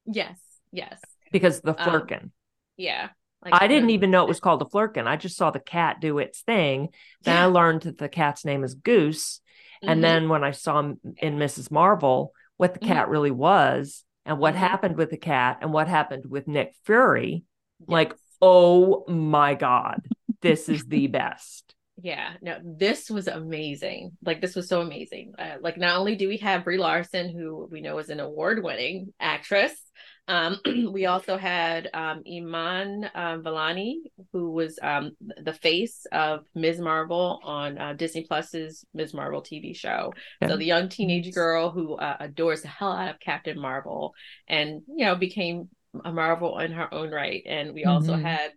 Yes, yes,
because the
Um,
flirkin.
yeah. Like,
I didn't
mm,
even know it was called a flirkin. I just saw the cat do its thing. Then I learned that the cat's name is Goose.
mhm.
And then when I saw m- in Mrs. Marvel what the
Mhm.
cat really was and what
Mhm.
happened with the cat and what happened with Nick Fury, like,
Mm-hmm. Yes.
oh my God, this is the best.
Yeah, no, this was amazing. Like this was so amazing. Uh, like not only do we have Brie Larson, who we know is an award-winning actress, um, we also had um, Iman um, Vellani, who was um, the face of Ms. Marvel on uh, Disney Plus's Ms. Marvel TV show. So
Okay.
the young teenage
Nice.
girl who uh, adores the hell out of Captain Marvel, and you know became a Marvel in her own right. And we also
Mhm.
Mm-hmm.
had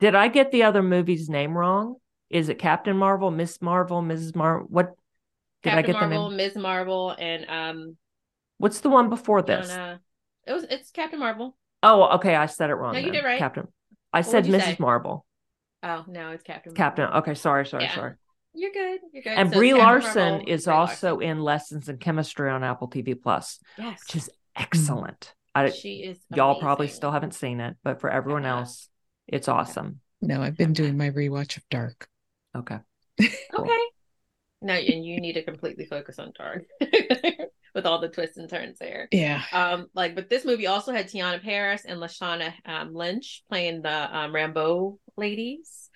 Did I get the other movie's name wrong? Is it Captain Marvel, Miss Marvel, Mrs. Marvel? What did I
Captain
get the
Marvel,
name?
Ms. Marvel, and um.
What's the one before
No,
this?
no. It was it's Captain Marvel.
Oh, okay. I said it wrong.
No, you
then.
did right.
Captain. I
what'd
said
you
Mrs.
say?
Marvel.
Oh no, it's Captain.
Captain.
Marvel.
Okay, sorry, sorry,
Yeah.
sorry.
You're good. You're good.
And
So
Brie
Captain
Larson
Marvel,
is
Brie
also
Larson.
in Lessons in Chemistry on Apple TV Plus,
yes.
which is excellent. I,
she is.
y'all probably
Mm-hmm. amazing.
still haven't seen it, but for everyone
Uh-uh.
else, it's awesome.
No, I've been doing my rewatch of Dark.
Okay. Cool.
Okay. No, and you need to completely focus on Dark with all the twists and turns there.
Yeah.
Um, like, but this movie also had Tiana Paris and Lashana um, Lynch playing the um, Rambo ladies.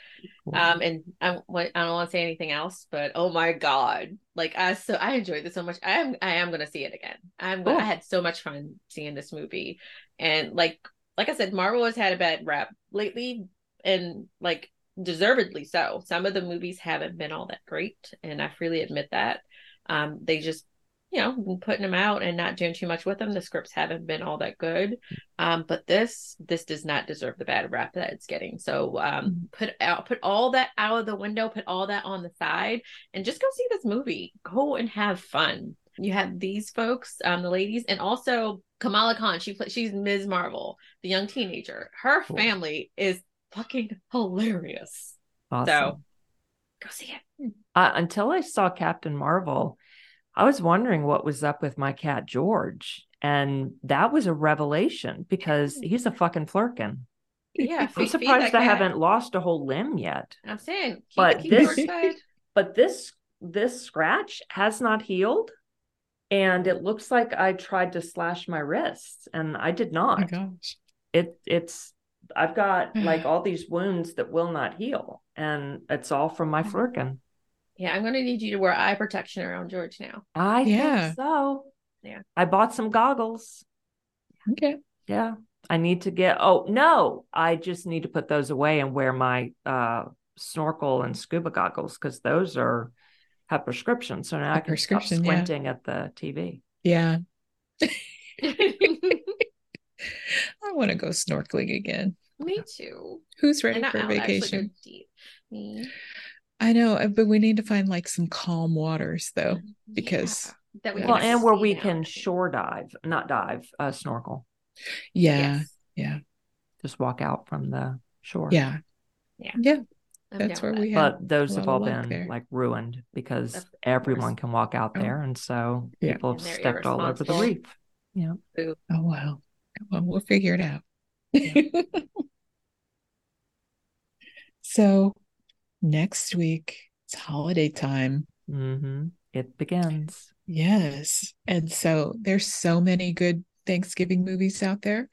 Um, and I, what, I don't want to say anything else, but oh my god, like I so I enjoyed this so much. I am I am gonna see it again. I'm gonna, I
Cool.
had so much fun seeing this movie, and like like I said, Marvel has had a bad rap lately, and like deservedly so. Some of the movies haven't been all that great, and I freely admit that. Um, they just you know been putting them out and not doing too much with them. The scripts haven't been all that good. Um, but this this does not deserve the bad rap that it's getting. So
Mm-hmm.
um, put out put all that out of the window, put all that on the side, and just go see this movie. Go and have fun. You have these folks, um, the ladies, and also Kamala Khan. She pla- she's Ms. Marvel, the young teenager. Her
Cool.
family is fucking hilarious.
Awesome.
So go see it.
Uh, until I saw Captain Marvel, I was wondering what was up with my cat George, and that was a revelation because he's a fucking flurkin.
Yeah,
I'm
feed- feed
surprised I
cat.
haven't lost a whole limb yet.
I'm saying, keep,
But
keep
this-
your side.
But this this scratch has not healed, and it looks like I tried to slash my wrists, and I did
Oh my
not.
gosh.
it it's I've got
Mm-hmm.
like all these wounds that will not heal, and it's all from my
Mm-hmm.
flurkin.
Yeah, I'm gonna need you to wear eye protection around George now.
I
Yeah.
think so.
Yeah.
I bought some goggles.
Okay.
Yeah. I need to get oh no, I just need to put those away and wear my uh snorkel and scuba goggles because those are have prescriptions. So now
Have
I can stop
prescription, yeah.
squinting at the TV.
Yeah. I want to go snorkeling again.
Me too.
Who's ready
And I-
for
I'll actually go
vacation?
deep. Me.
I know, uh, but we need to find like some calm waters though.
Mm-hmm.
because-
Yeah, that we
Yeah.
Well,
can
and where
see
we
now.
can shore dive, not dive, uh snorkel.
Yeah.
Yes,
Just walk out from the shore.
Yeah.
I'm
That's
down
where
with
we had
but those
a
have
lot
all
of luck
been
there.
like ruined because
Of
everyone can walk out
Oh.
there and so
Yeah.
people
And
have
they're
stepped all over the
irresponsible.
reef yeah
Oh wow. Well, we'll figure it out. so next week it's holiday time.
hmm it begins
Yes. And so there's so many good Thanksgiving movies out there.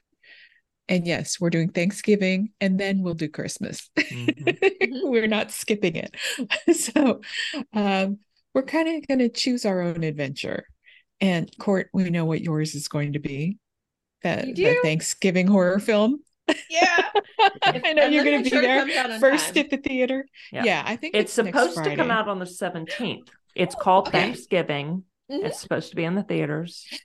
And yes, we're doing Thanksgiving and then we'll do Christmas.
Mhm.
we're not skipping it. so um, we're kind of going to choose our own adventure. And Court, we know what yours is going to be. That
You
the
do?
Thanksgiving horror film.
it. Yeah.
I know
I'm
you're going to
making
be
sure it
there
comes out on
first
time.
at the theater.
Yeah.
Yeah, I think
it's
next
supposed to come
Friday.
out on the 17th it's called
okay.
thanksgiving
Mhm.
it's supposed to be in the theaters
It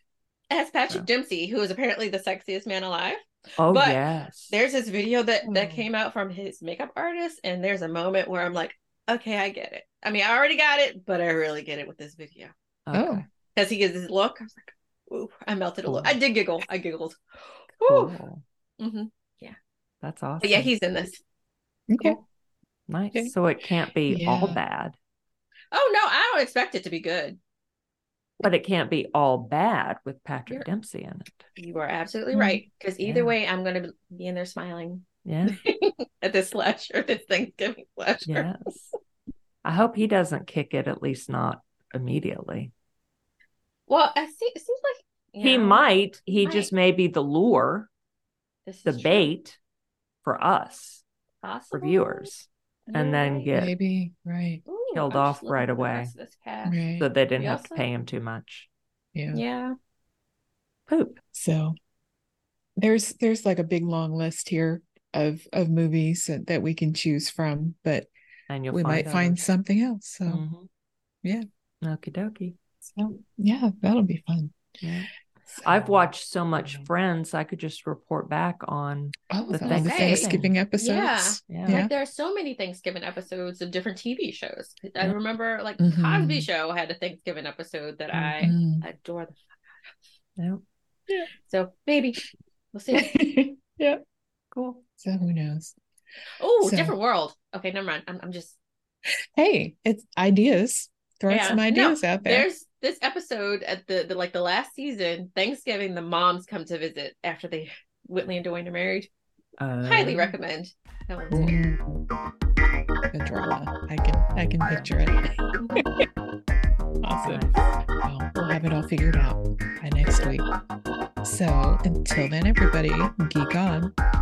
has Patrick
So.
Dempsey, who is apparently the sexiest man alive.
oh
But
yes
There's this video that that
Mm.
came out from his makeup artist, and there's a moment where I'm like, okay, I get it. I mean, I already got it, but I really get it with this video
Oh.
because he gives his look. I was like, ooh, I melted a little. I did giggle. I giggled. Whew.
cool.
hmm
that's awesome
But yeah, he's in this.
Okay.
Cool. nice
Okay.
so it can't be all
Yeah.
bad
Oh no, I don't expect it to be good.
but it can't be all bad with patrick
You're-
dempsey in it
You are absolutely
Mm.
right. Because either
Yeah.
way, I'm going to be in there smiling
yeah
at this slasher, this Thanksgiving slasher.
Yes. I hope he doesn't kick it, at least not immediately.
Well, I see, it seems like
He
yeah,
might, he just may be the lure,
this
the
is
bait for us, for
possible.
viewers, and
You're
then
right.
get
Maybe right.
Ooh,
killed
I'm
off
just looking
right
at the
away.
rest of This cast.
Right.
so they didn't
We
have to
also-
pay him too much.
yeah.
Yeah.
Poop.
So there's there's like a big long list here of of movies that, that we can choose from, but
And you'll
we
find
might find
others.
something else. So
Mhm.
yeah.
Okie dokie.
so yeah, that'll be fun.
Yeah. I've
So-
watched so much
yeah.
Friends, I could just report back on.
Oh,
the
the, the
Thanksgiving.
Thanksgiving episodes.
Yeah.
Yeah.
Like there are so many Thanksgiving episodes of different TV shows. I
Yeah.
remember like
Mhm.
Cosby Show had a Thanksgiving episode that
Mm.
I adore. The-
Yeah.
so maybe we'll see.
yeah.
Cool.
Mm. So who knows?
Oh,
So-
different world. Okay, never mind. I'm, I'm just
Hey, it's ideas. Throw
Yeah.
some
No,
ideas out there.
There's this episode at the, the like the last season, Thanksgiving, the moms come to visit after they Whitley and Dwayne are married.
Uh,
Highly recommend. That one's good.
Mm. The drama. I can I can picture it. awesome. Well, we'll have it all figured out by next week. So until then, everybody, geek on.